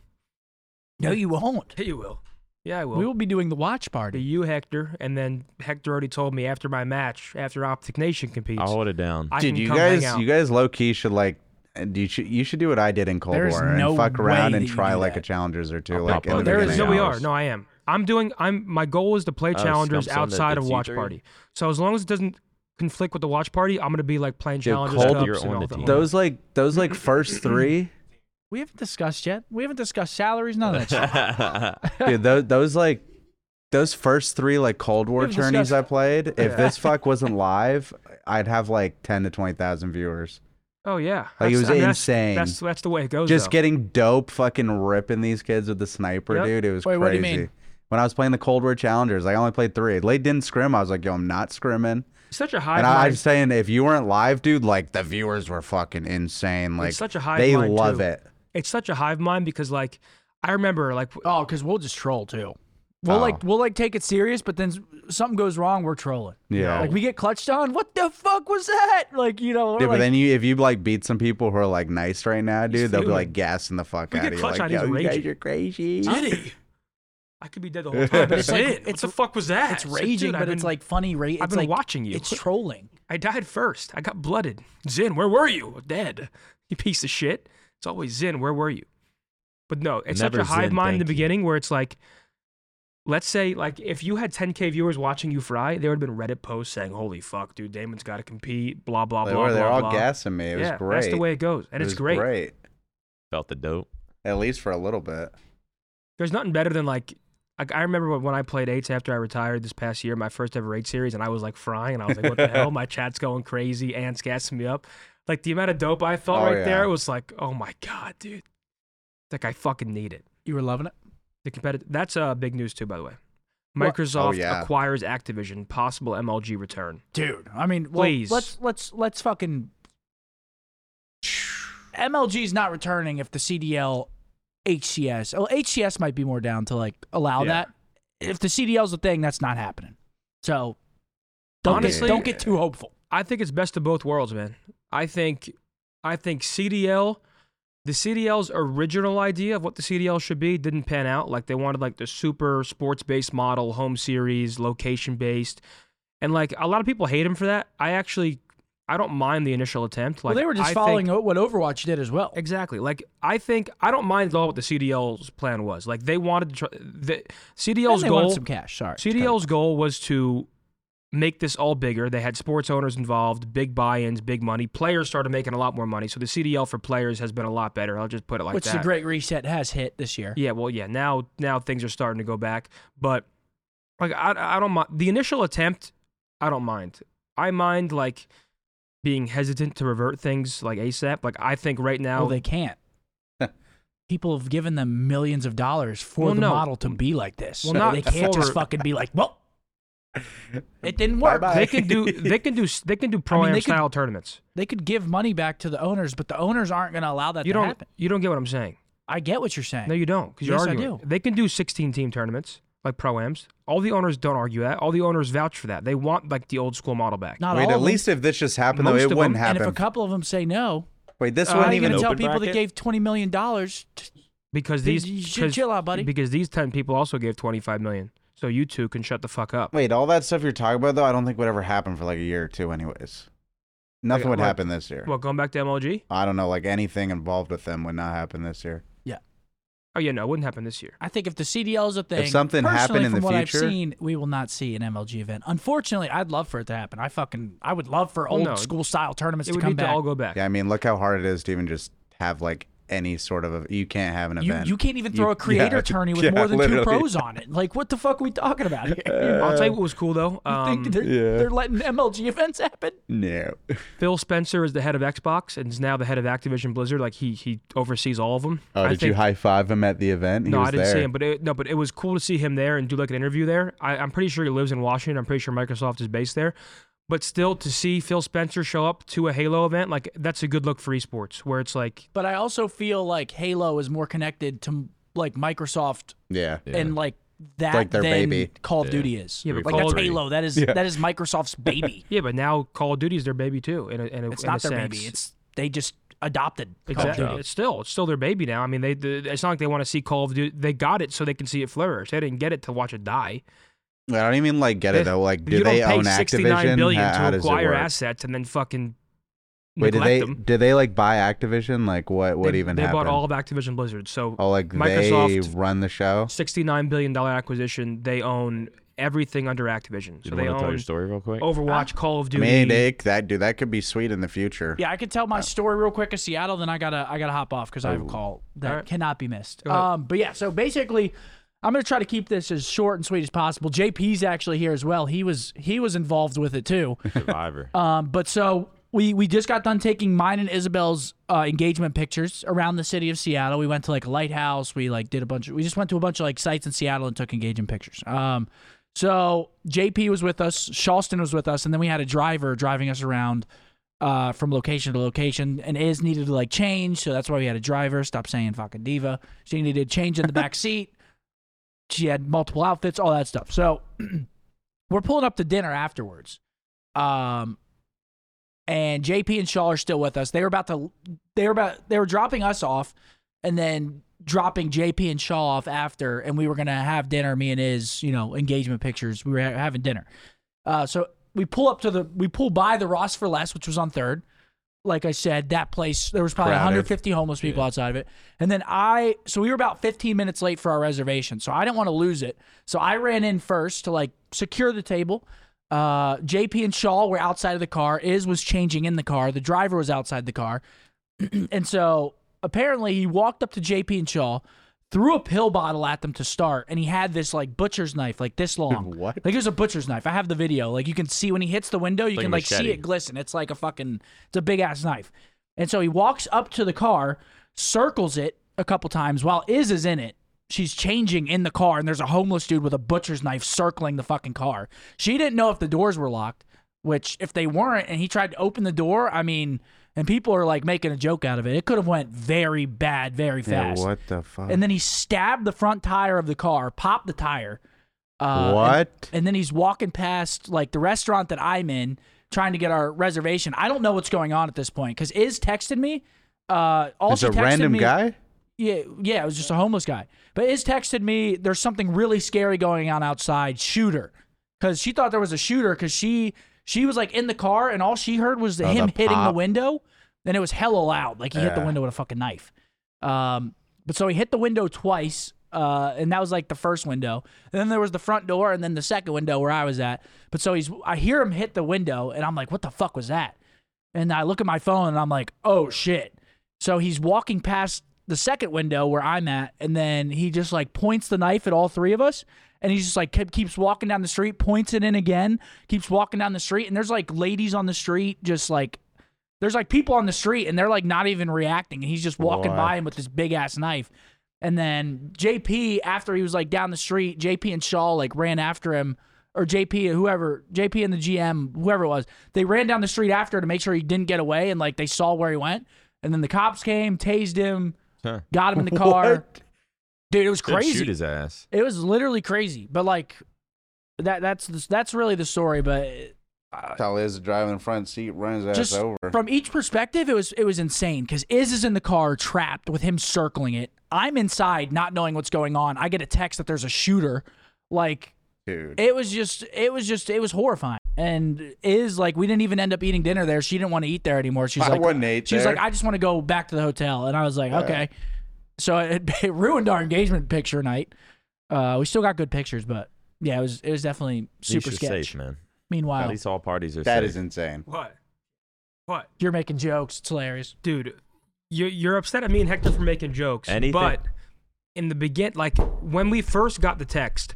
[SPEAKER 1] no, you won't.
[SPEAKER 4] Yeah, you will. Yeah, I will.
[SPEAKER 1] we will be doing the watch
[SPEAKER 4] Be
[SPEAKER 1] party.
[SPEAKER 4] you, Hector, and then Hector already told me after my match, after Optic Nation competes,
[SPEAKER 3] I'll hold it down.
[SPEAKER 4] I
[SPEAKER 2] Dude,
[SPEAKER 4] can
[SPEAKER 2] you
[SPEAKER 4] come hang
[SPEAKER 2] guys,
[SPEAKER 4] out.
[SPEAKER 2] you guys, low key should like. And you should you should do what I did in Cold
[SPEAKER 1] There's
[SPEAKER 2] War and
[SPEAKER 1] no
[SPEAKER 2] fuck
[SPEAKER 1] way
[SPEAKER 2] around
[SPEAKER 1] that
[SPEAKER 2] and
[SPEAKER 1] you
[SPEAKER 2] try
[SPEAKER 1] do
[SPEAKER 2] like a
[SPEAKER 1] that.
[SPEAKER 2] challengers or two
[SPEAKER 3] I'll
[SPEAKER 2] like
[SPEAKER 3] pop
[SPEAKER 2] in
[SPEAKER 3] up.
[SPEAKER 2] the
[SPEAKER 4] There is
[SPEAKER 2] beginning.
[SPEAKER 4] no, we are.
[SPEAKER 3] hours.
[SPEAKER 4] No, I am. I'm doing. I'm. My goal is to play
[SPEAKER 3] Oh,
[SPEAKER 4] challengers
[SPEAKER 3] Scum Sunday,
[SPEAKER 4] outside of
[SPEAKER 3] it's
[SPEAKER 4] watch
[SPEAKER 3] E3?
[SPEAKER 4] party. So as long as it doesn't conflict with the watch party, I'm gonna be like playing
[SPEAKER 2] Dude,
[SPEAKER 4] challengers
[SPEAKER 2] Cold,
[SPEAKER 4] cups
[SPEAKER 3] you're
[SPEAKER 4] and
[SPEAKER 3] on
[SPEAKER 4] all
[SPEAKER 3] the
[SPEAKER 4] that.
[SPEAKER 3] team.
[SPEAKER 2] Those like those like first three,
[SPEAKER 1] We haven't discussed yet. We haven't discussed salaries. None of that. shit.
[SPEAKER 2] dude. Those, those like those first three like Cold War
[SPEAKER 1] We've
[SPEAKER 2] tourneys
[SPEAKER 1] discussed-
[SPEAKER 2] I played. If this fuck wasn't live, I'd have like ten to twenty thousand viewers.
[SPEAKER 4] Oh yeah,
[SPEAKER 2] Like, it
[SPEAKER 4] That's-
[SPEAKER 2] was
[SPEAKER 4] I mean,
[SPEAKER 2] insane.
[SPEAKER 4] That's, that's that's the way it goes.
[SPEAKER 2] Just
[SPEAKER 4] though.
[SPEAKER 2] getting dope, fucking ripping these kids with the sniper,
[SPEAKER 4] Yep.
[SPEAKER 2] dude. It was
[SPEAKER 1] Wait,
[SPEAKER 2] crazy.
[SPEAKER 1] what do you mean?
[SPEAKER 2] When I was playing the Cold War challengers, like, I only played three. Late didn't scrim. I was like, yo, I'm not scrimming.
[SPEAKER 4] such a high.
[SPEAKER 2] And I, I'm
[SPEAKER 4] line.
[SPEAKER 2] saying, if you weren't live, dude, like the viewers were fucking insane. Like
[SPEAKER 4] such a hive
[SPEAKER 2] they
[SPEAKER 4] mind,
[SPEAKER 2] love
[SPEAKER 4] too.
[SPEAKER 2] it.
[SPEAKER 4] It's such a hive mind because like I remember like
[SPEAKER 1] Oh, because we'll just troll too. We'll
[SPEAKER 2] Oh.
[SPEAKER 1] like we'll like take it serious, but then s- something goes wrong, we're trolling.
[SPEAKER 2] Yeah.
[SPEAKER 1] Like we get clutched on. What the fuck was that? Like you know. we're
[SPEAKER 2] Dude,
[SPEAKER 1] like-
[SPEAKER 2] but then you if you like beat some people who are like nice right now, dude, they'll be
[SPEAKER 4] fuming.
[SPEAKER 2] like gassing the fuck
[SPEAKER 4] We
[SPEAKER 2] out
[SPEAKER 4] get
[SPEAKER 2] of you.
[SPEAKER 4] clutch
[SPEAKER 2] Like,
[SPEAKER 4] on, he's
[SPEAKER 2] yo, you guys
[SPEAKER 4] raging.
[SPEAKER 2] are crazy.
[SPEAKER 4] Diddy. I could be dead the whole time. But it's like,
[SPEAKER 1] It's-
[SPEAKER 4] what the fuck was that?
[SPEAKER 1] it's raging,
[SPEAKER 4] dude, I've
[SPEAKER 1] but it's
[SPEAKER 4] been-
[SPEAKER 1] like funny. Ra-
[SPEAKER 4] I've
[SPEAKER 1] it's
[SPEAKER 4] been
[SPEAKER 1] like-
[SPEAKER 4] watching you.
[SPEAKER 1] It's trolling.
[SPEAKER 4] I died first. I got blooded. Zin, where were you? Dead. You piece of shit. It's always Zin, where were you? But no, it's such
[SPEAKER 3] Never
[SPEAKER 4] a hive
[SPEAKER 3] Zin,
[SPEAKER 4] mind in the
[SPEAKER 3] thank you.
[SPEAKER 4] beginning where it's like, let's say, like, if you had 10K viewers watching you fry, there would have been Reddit posts saying, holy fuck, dude, Damon's got to compete, blah, blah,
[SPEAKER 2] They
[SPEAKER 4] blah,
[SPEAKER 2] were
[SPEAKER 4] blah,
[SPEAKER 2] they're all
[SPEAKER 4] blah.
[SPEAKER 2] gassing me. It was
[SPEAKER 4] yeah,
[SPEAKER 2] great.
[SPEAKER 4] that's the way it goes. And
[SPEAKER 2] It
[SPEAKER 4] it's
[SPEAKER 2] was
[SPEAKER 4] great.
[SPEAKER 2] great.
[SPEAKER 3] Felt the dope.
[SPEAKER 2] At least for a little bit.
[SPEAKER 4] There's nothing better than, like, like, I remember when I played eights after I retired this past year, my first ever eight series, and I was like frying, and I was like, "What the hell?" My chat's going crazy, ants gassing me up. Like the amount of dope I felt
[SPEAKER 2] Oh,
[SPEAKER 4] right
[SPEAKER 2] yeah.
[SPEAKER 4] there was like, "Oh my god, dude!" Like I fucking need it.
[SPEAKER 1] You were loving it.
[SPEAKER 4] The competitive. That's uh, big news too, by the way.
[SPEAKER 1] What?
[SPEAKER 4] Microsoft
[SPEAKER 2] Oh, yeah.
[SPEAKER 4] acquires Activision, possible MLG return.
[SPEAKER 1] dude. I mean, well,
[SPEAKER 4] Please.
[SPEAKER 1] let's let's let's fucking. MLG's not returning if the CDL, HCS. Well, HCS might be more down to like allow
[SPEAKER 4] Yeah.
[SPEAKER 1] that. If the CDL's a thing, that's not happening. So don't
[SPEAKER 4] Honestly-
[SPEAKER 1] get, don't get too hopeful.
[SPEAKER 4] I think it's best of both worlds, man. I think, I think CDL, the CDL's original idea of what the CDL should be didn't pan out. Like they wanted like the super sports-based model, home series, location-based, and like a lot of people hate him for that. I actually, I don't mind the initial attempt. Like
[SPEAKER 1] well, they were just
[SPEAKER 4] I
[SPEAKER 1] following
[SPEAKER 4] think-
[SPEAKER 1] o- what Overwatch did as well.
[SPEAKER 4] Exactly. Like I think I don't mind at all what the CDL's plan was. Like they wanted to try, the
[SPEAKER 1] And
[SPEAKER 4] CDL's
[SPEAKER 1] they
[SPEAKER 4] goal
[SPEAKER 1] wanted some cash. Sorry,
[SPEAKER 4] CDL's goal was to make this all bigger. They had sports owners involved, big buy-ins, big money. Players started making a lot more money, so the CDL for players has been a lot better. I'll just put it like
[SPEAKER 1] which
[SPEAKER 4] that.
[SPEAKER 1] the Great Reset has hit this year.
[SPEAKER 4] Yeah, well, yeah. Now, now things are starting to go back, but like I, I don't mind the initial attempt. I don't mind. I mind like being hesitant to revert things like ASAP. Like I think right now
[SPEAKER 1] Well, they can't. People have given them millions of dollars for
[SPEAKER 4] Well,
[SPEAKER 1] the
[SPEAKER 4] no.
[SPEAKER 1] model to be like this.
[SPEAKER 4] Well, not
[SPEAKER 1] they can't just
[SPEAKER 4] for-
[SPEAKER 1] fucking be like, well, it didn't work.
[SPEAKER 2] Bye-bye.
[SPEAKER 4] they can do they can do they can do pro am
[SPEAKER 1] they could-
[SPEAKER 4] style tournaments.
[SPEAKER 1] They could give money back to the owners, but the owners aren't going to allow that
[SPEAKER 4] You
[SPEAKER 1] to
[SPEAKER 4] don't
[SPEAKER 1] happen.
[SPEAKER 4] you don't get what I'm saying.
[SPEAKER 1] I get what you're saying.
[SPEAKER 4] No, you don't. Because you're
[SPEAKER 1] Yes, I
[SPEAKER 4] arguing.
[SPEAKER 1] do.
[SPEAKER 4] They can do 16 team tournaments like pro ams. All the owners don't argue that. All the owners vouch for that. They want like the old school model back.
[SPEAKER 1] Not
[SPEAKER 2] Wait,
[SPEAKER 1] all
[SPEAKER 2] at
[SPEAKER 1] of them.
[SPEAKER 2] least if this just happened though,
[SPEAKER 4] Most
[SPEAKER 2] it
[SPEAKER 4] of
[SPEAKER 2] wouldn't
[SPEAKER 4] them,
[SPEAKER 1] And if a
[SPEAKER 2] happen.
[SPEAKER 1] couple of them say no,
[SPEAKER 2] Wait, this
[SPEAKER 4] Uh,
[SPEAKER 1] how
[SPEAKER 2] wouldn't
[SPEAKER 1] are you
[SPEAKER 2] even
[SPEAKER 1] going to tell
[SPEAKER 3] open
[SPEAKER 1] people that
[SPEAKER 3] bracket?
[SPEAKER 1] gave twenty million dollars?
[SPEAKER 4] because
[SPEAKER 1] Dude,
[SPEAKER 4] these
[SPEAKER 1] you should
[SPEAKER 4] 'cause-
[SPEAKER 1] chill out, buddy.
[SPEAKER 4] Because these 10 people also gave 25 million. So you two can shut the fuck up.
[SPEAKER 2] Wait, all that stuff you're talking about though, I don't think would ever happen for like a year or two anyways. Nothing
[SPEAKER 4] Like,
[SPEAKER 2] would
[SPEAKER 4] like-
[SPEAKER 2] happen this year.
[SPEAKER 4] Well, going back to MLG?
[SPEAKER 2] I don't know, like anything involved with them would not happen this year.
[SPEAKER 4] Oh yeah, no, it wouldn't happen this year.
[SPEAKER 1] I think if the CDL is a thing,
[SPEAKER 2] something happened
[SPEAKER 1] personally,
[SPEAKER 2] in
[SPEAKER 1] from
[SPEAKER 2] the
[SPEAKER 1] what
[SPEAKER 2] future-
[SPEAKER 1] I've seen, we will not see an MLG event. Unfortunately, I'd love for it to happen. I fucking, I would love for
[SPEAKER 4] Well,
[SPEAKER 1] old
[SPEAKER 4] no.
[SPEAKER 1] school style tournaments
[SPEAKER 4] it
[SPEAKER 1] to
[SPEAKER 4] would
[SPEAKER 1] come
[SPEAKER 4] need
[SPEAKER 1] back.
[SPEAKER 4] to all go back.
[SPEAKER 2] Yeah, I mean, look how hard it is to even just have like any sort of a, you can't have an
[SPEAKER 1] You,
[SPEAKER 2] event.
[SPEAKER 1] you can't even
[SPEAKER 2] You-
[SPEAKER 1] throw a creator
[SPEAKER 2] yeah,
[SPEAKER 1] tourney with
[SPEAKER 2] yeah,
[SPEAKER 1] more than two
[SPEAKER 2] literally.
[SPEAKER 1] pros on it. Like, what the fuck are we talking about here?
[SPEAKER 4] I'll tell you what was cool though.
[SPEAKER 1] You
[SPEAKER 4] Um,
[SPEAKER 1] think they're,
[SPEAKER 2] yeah.
[SPEAKER 1] they're letting MLG events happen?
[SPEAKER 2] no.
[SPEAKER 4] Phil Spencer is the head of Xbox and is now the head of Activision Blizzard. Like he he oversees all of them.
[SPEAKER 2] Oh,
[SPEAKER 4] I
[SPEAKER 2] did you
[SPEAKER 4] think-
[SPEAKER 2] high five him at the event? He
[SPEAKER 4] No,
[SPEAKER 2] was
[SPEAKER 4] I didn't
[SPEAKER 2] there.
[SPEAKER 4] see him, but it, no, but it was cool to see him there and do like an interview there. I, I'm pretty sure he lives in Washington. I'm pretty sure Microsoft is based there, but still to see Phil Spencer show up to a Halo event, like that's a good look for esports, where it's like
[SPEAKER 1] But I also feel like Halo is more connected to like Microsoft
[SPEAKER 2] Yeah.
[SPEAKER 3] Yeah.
[SPEAKER 1] and like that
[SPEAKER 2] Like their
[SPEAKER 1] than
[SPEAKER 2] baby.
[SPEAKER 1] Call of
[SPEAKER 3] Yeah.
[SPEAKER 1] Duty is.
[SPEAKER 4] Yeah, but
[SPEAKER 1] like
[SPEAKER 4] Call
[SPEAKER 1] that's
[SPEAKER 4] of-
[SPEAKER 1] Halo. That is that is Microsoft's baby.
[SPEAKER 4] yeah, but now Call of Duty is their baby too. In a, in a,
[SPEAKER 1] it's
[SPEAKER 4] in a
[SPEAKER 1] not their
[SPEAKER 4] sense.
[SPEAKER 1] baby. It's they just adopted. Call of
[SPEAKER 4] Exactly.
[SPEAKER 1] Duty.
[SPEAKER 4] It's still it's still their baby now. I mean, they the, it's not like they want to see Call of Duty. They got it so they can see it flourish. They didn't get it to watch it die.
[SPEAKER 2] I don't even like get
[SPEAKER 4] If-
[SPEAKER 2] it though. Like, do
[SPEAKER 4] you
[SPEAKER 2] they
[SPEAKER 4] don't pay
[SPEAKER 2] own
[SPEAKER 4] sixty nine
[SPEAKER 2] Activision?
[SPEAKER 4] billion
[SPEAKER 2] how, how
[SPEAKER 4] to
[SPEAKER 2] does it
[SPEAKER 4] acquire
[SPEAKER 2] work?
[SPEAKER 4] assets and then fucking
[SPEAKER 2] Wait, did
[SPEAKER 4] neglect
[SPEAKER 2] they
[SPEAKER 4] them.
[SPEAKER 2] did they like buy Activision? Like, what what
[SPEAKER 4] they,
[SPEAKER 2] even
[SPEAKER 4] they
[SPEAKER 2] happened?
[SPEAKER 4] bought all of Activision Blizzard. So
[SPEAKER 2] oh, like they
[SPEAKER 4] Microsoft-
[SPEAKER 2] run the show.
[SPEAKER 4] sixty nine billion dollar acquisition. They own everything under Activision.
[SPEAKER 3] Do
[SPEAKER 4] So
[SPEAKER 3] you
[SPEAKER 4] they
[SPEAKER 3] want to tell your
[SPEAKER 4] own
[SPEAKER 3] story real quick?
[SPEAKER 4] Overwatch,
[SPEAKER 1] Ah.
[SPEAKER 4] Call of
[SPEAKER 2] I
[SPEAKER 4] Duty.
[SPEAKER 2] mean, they, that dude, that could be sweet in the future.
[SPEAKER 1] Yeah, I could tell my story real quick of Seattle, then I gotta I gotta hop off because I have a call that
[SPEAKER 4] Alright.
[SPEAKER 1] cannot be missed.
[SPEAKER 4] Go ahead.
[SPEAKER 1] Um, but yeah, so basically, I'm gonna try to keep this as short and sweet as possible. JP's actually here as well. He was he was involved with it too.
[SPEAKER 3] Survivor.
[SPEAKER 1] Um, but so we we just got done taking mine and Isabel's uh, engagement pictures around the city of Seattle. We went to like a lighthouse. We like did a bunch. Of, we just went to a bunch of like sites in Seattle and took engagement pictures. Um, so JP was with us. Charleston was with us, and then we had a driver driving us around. Uh, from location to location, and is needed to like change, so that's why we had a driver. Stop saying fucking diva. She needed to change in the back seat. She had multiple outfits, all that stuff. So we're pulling up to dinner afterwards. Um, and JP and Shaw are still with us. They were about to, they were about, they were dropping us off, and then dropping JP and Shaw off after, and we were gonna have dinner. Me and his, you know, engagement pictures. We were ha- having dinner. Uh, so we pull up to the, we pull by the Ross for Less, which was on Third. Like I said, that place there was probably
[SPEAKER 2] Crowded.
[SPEAKER 1] 150 homeless people outside of it, and then I, so we were about 15 minutes late for our reservation, so I didn't want to lose it. So I ran in first to like secure the table. Uh, JP and Shaw were outside of the car. Iz was changing in the car. The driver was outside the car. and so apparently he walked up to JP and Shaw, threw a pill bottle at them to start, and he had this like butcher's knife, like this long.
[SPEAKER 2] What?
[SPEAKER 1] Like it was a butcher's knife. I have the video. Like you can see when he hits the window, you
[SPEAKER 3] Like a
[SPEAKER 1] can like see
[SPEAKER 3] machete.
[SPEAKER 1] it glisten. It's like a fucking, it's a big ass knife. And so he walks up to the car, circles it a couple times while Iz is in it. She's changing in the car, and there's a homeless dude with a butcher's knife circling the fucking car. She didn't know if the doors were locked, which if they weren't, and he tried to open the door, I mean, and people are like making a joke out of it. It could have went very bad, very
[SPEAKER 2] Yeah,
[SPEAKER 1] fast.
[SPEAKER 2] what the fuck?
[SPEAKER 1] And then he stabbed the front tire of the car, popped the tire. Uh, and-
[SPEAKER 2] What?
[SPEAKER 1] And, then he's walking past like the restaurant that I'm in, trying to get our reservation. I don't know what's going on at this point because Iz texted me. Uh, all
[SPEAKER 2] It's
[SPEAKER 1] she
[SPEAKER 2] a
[SPEAKER 1] texted
[SPEAKER 2] random
[SPEAKER 1] me,
[SPEAKER 2] guy.
[SPEAKER 1] Yeah, yeah, it was just a homeless guy. But Iz texted me. There's something really scary going on outside. Shooter, because she thought there was a shooter. Because she she was like in the car and all she heard was
[SPEAKER 2] Oh,
[SPEAKER 1] him
[SPEAKER 2] the
[SPEAKER 1] hitting
[SPEAKER 2] pop.
[SPEAKER 1] the window. And it was hella loud. Like he hit the
[SPEAKER 2] Yeah.
[SPEAKER 1] window with a fucking knife. Um, but so he hit the window twice, uh, and that was like the first window. And then there was the front door, and then the second window where I was at. But so he's, I hear him hit the window, and I'm like, what the fuck was that? And I look at my phone, and I'm like, oh shit. So he's walking past the second window where I'm at, and then he just like points the knife at all three of us. And he's just like kept, keeps walking down the street, points it in again, keeps walking down the street, and there's like ladies on the street just like there's like people on the street and they're like not even reacting and he's just walking by him with this big ass knife and then jp after he was like down the street jp and shaw like ran after him or jp or whoever jp and the gm whoever it was they ran down the street after to make sure he didn't get away and like they saw where he went and then the cops came tased him
[SPEAKER 3] Huh.
[SPEAKER 1] got him in the car dude it was
[SPEAKER 3] Didn't
[SPEAKER 1] crazy
[SPEAKER 3] Shoot his ass.
[SPEAKER 1] it was literally crazy but like that that's the, that's really the story but
[SPEAKER 4] uh,
[SPEAKER 2] Tell is driving the front seat, runs ass
[SPEAKER 1] just
[SPEAKER 2] over.
[SPEAKER 1] from each perspective, it was it was insane because Iz is in the car trapped with him circling it. I'm inside, not knowing what's going on. I get a text that there's a shooter. Like
[SPEAKER 2] Dude,
[SPEAKER 1] it was just it was just it was horrifying. And Iz like we didn't even end up eating dinner there. She didn't want to eat there anymore. She's
[SPEAKER 2] I
[SPEAKER 1] like
[SPEAKER 2] wouldn't eat
[SPEAKER 1] She's
[SPEAKER 2] there.
[SPEAKER 1] like I just want to go back to the hotel. And I was like okay. So it, it ruined our engagement picture night. Uh, we still got good pictures, but yeah, it was it was definitely super
[SPEAKER 3] Niche is
[SPEAKER 1] sketch.
[SPEAKER 3] safe, man. At
[SPEAKER 1] Meanwhile,
[SPEAKER 3] least all parties are
[SPEAKER 2] that
[SPEAKER 3] safe.
[SPEAKER 2] is insane.
[SPEAKER 4] what? What,
[SPEAKER 1] you're making jokes. It's hilarious.
[SPEAKER 4] dude? you're, you're upset at me and Hector for making jokes.
[SPEAKER 3] Anything-
[SPEAKER 4] But in the begin, like when we first got the text,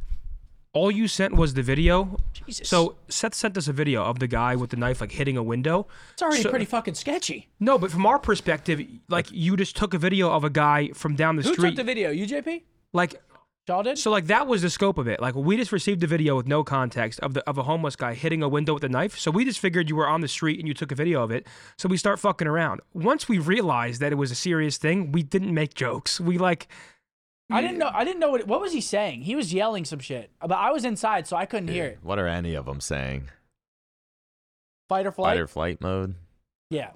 [SPEAKER 4] all you sent was the video.
[SPEAKER 1] Jesus.
[SPEAKER 4] So Seth sent us a video of the guy with the knife like hitting a window.
[SPEAKER 1] it's already
[SPEAKER 4] so-
[SPEAKER 1] pretty fucking sketchy.
[SPEAKER 4] No, but from our perspective, like you just took a video of a guy from down the
[SPEAKER 1] Who
[SPEAKER 4] street.
[SPEAKER 1] took the video? You, JP?
[SPEAKER 4] like
[SPEAKER 1] Y'all did?
[SPEAKER 4] so like that was the scope of it. Like we just received a video with no context of the of a homeless guy hitting a window with a knife. So we just figured you were on the street and you took a video of it. So we start fucking around. Once we realized that it was a serious thing, we didn't make jokes. We like
[SPEAKER 1] I didn't know. I didn't know what, what was he saying. He was yelling some shit, but I was inside, so I couldn't hear it.
[SPEAKER 3] What are any of them saying?
[SPEAKER 1] Fight or flight.
[SPEAKER 3] Fight or flight mode.
[SPEAKER 1] Yeah.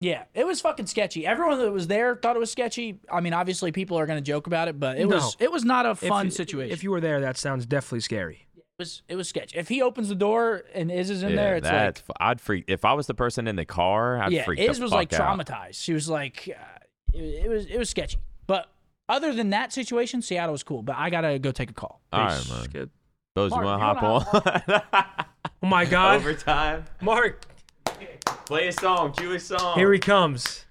[SPEAKER 1] Yeah, it was fucking sketchy. Everyone that was there thought it was sketchy. I mean, obviously people are going to joke about it, but it was
[SPEAKER 4] No.
[SPEAKER 1] it was not a
[SPEAKER 4] if-
[SPEAKER 1] fun situation.
[SPEAKER 4] If you were there, that sounds definitely scary.
[SPEAKER 1] it was it was sketchy. If he opens the door and Iz is in
[SPEAKER 3] yeah,
[SPEAKER 1] there, it's
[SPEAKER 3] that's.
[SPEAKER 1] like
[SPEAKER 3] f- I'd freak if I was the person in the car. I'd
[SPEAKER 1] yeah,
[SPEAKER 3] freak
[SPEAKER 1] Iz
[SPEAKER 3] the
[SPEAKER 1] was
[SPEAKER 3] fuck
[SPEAKER 1] like
[SPEAKER 3] out.
[SPEAKER 1] traumatized. She was like, uh, it, it was it was sketchy. But other than that situation, Seattle was cool. But I gotta go take a call.
[SPEAKER 3] All right,
[SPEAKER 4] It's
[SPEAKER 3] man.
[SPEAKER 4] good.
[SPEAKER 3] Those
[SPEAKER 1] Mark,
[SPEAKER 3] you want
[SPEAKER 1] you wanna
[SPEAKER 3] to hop
[SPEAKER 4] Oh my
[SPEAKER 3] on?
[SPEAKER 4] God,
[SPEAKER 3] Overtime.
[SPEAKER 4] Mark,
[SPEAKER 3] Play a song. Cue a song.
[SPEAKER 4] here he comes.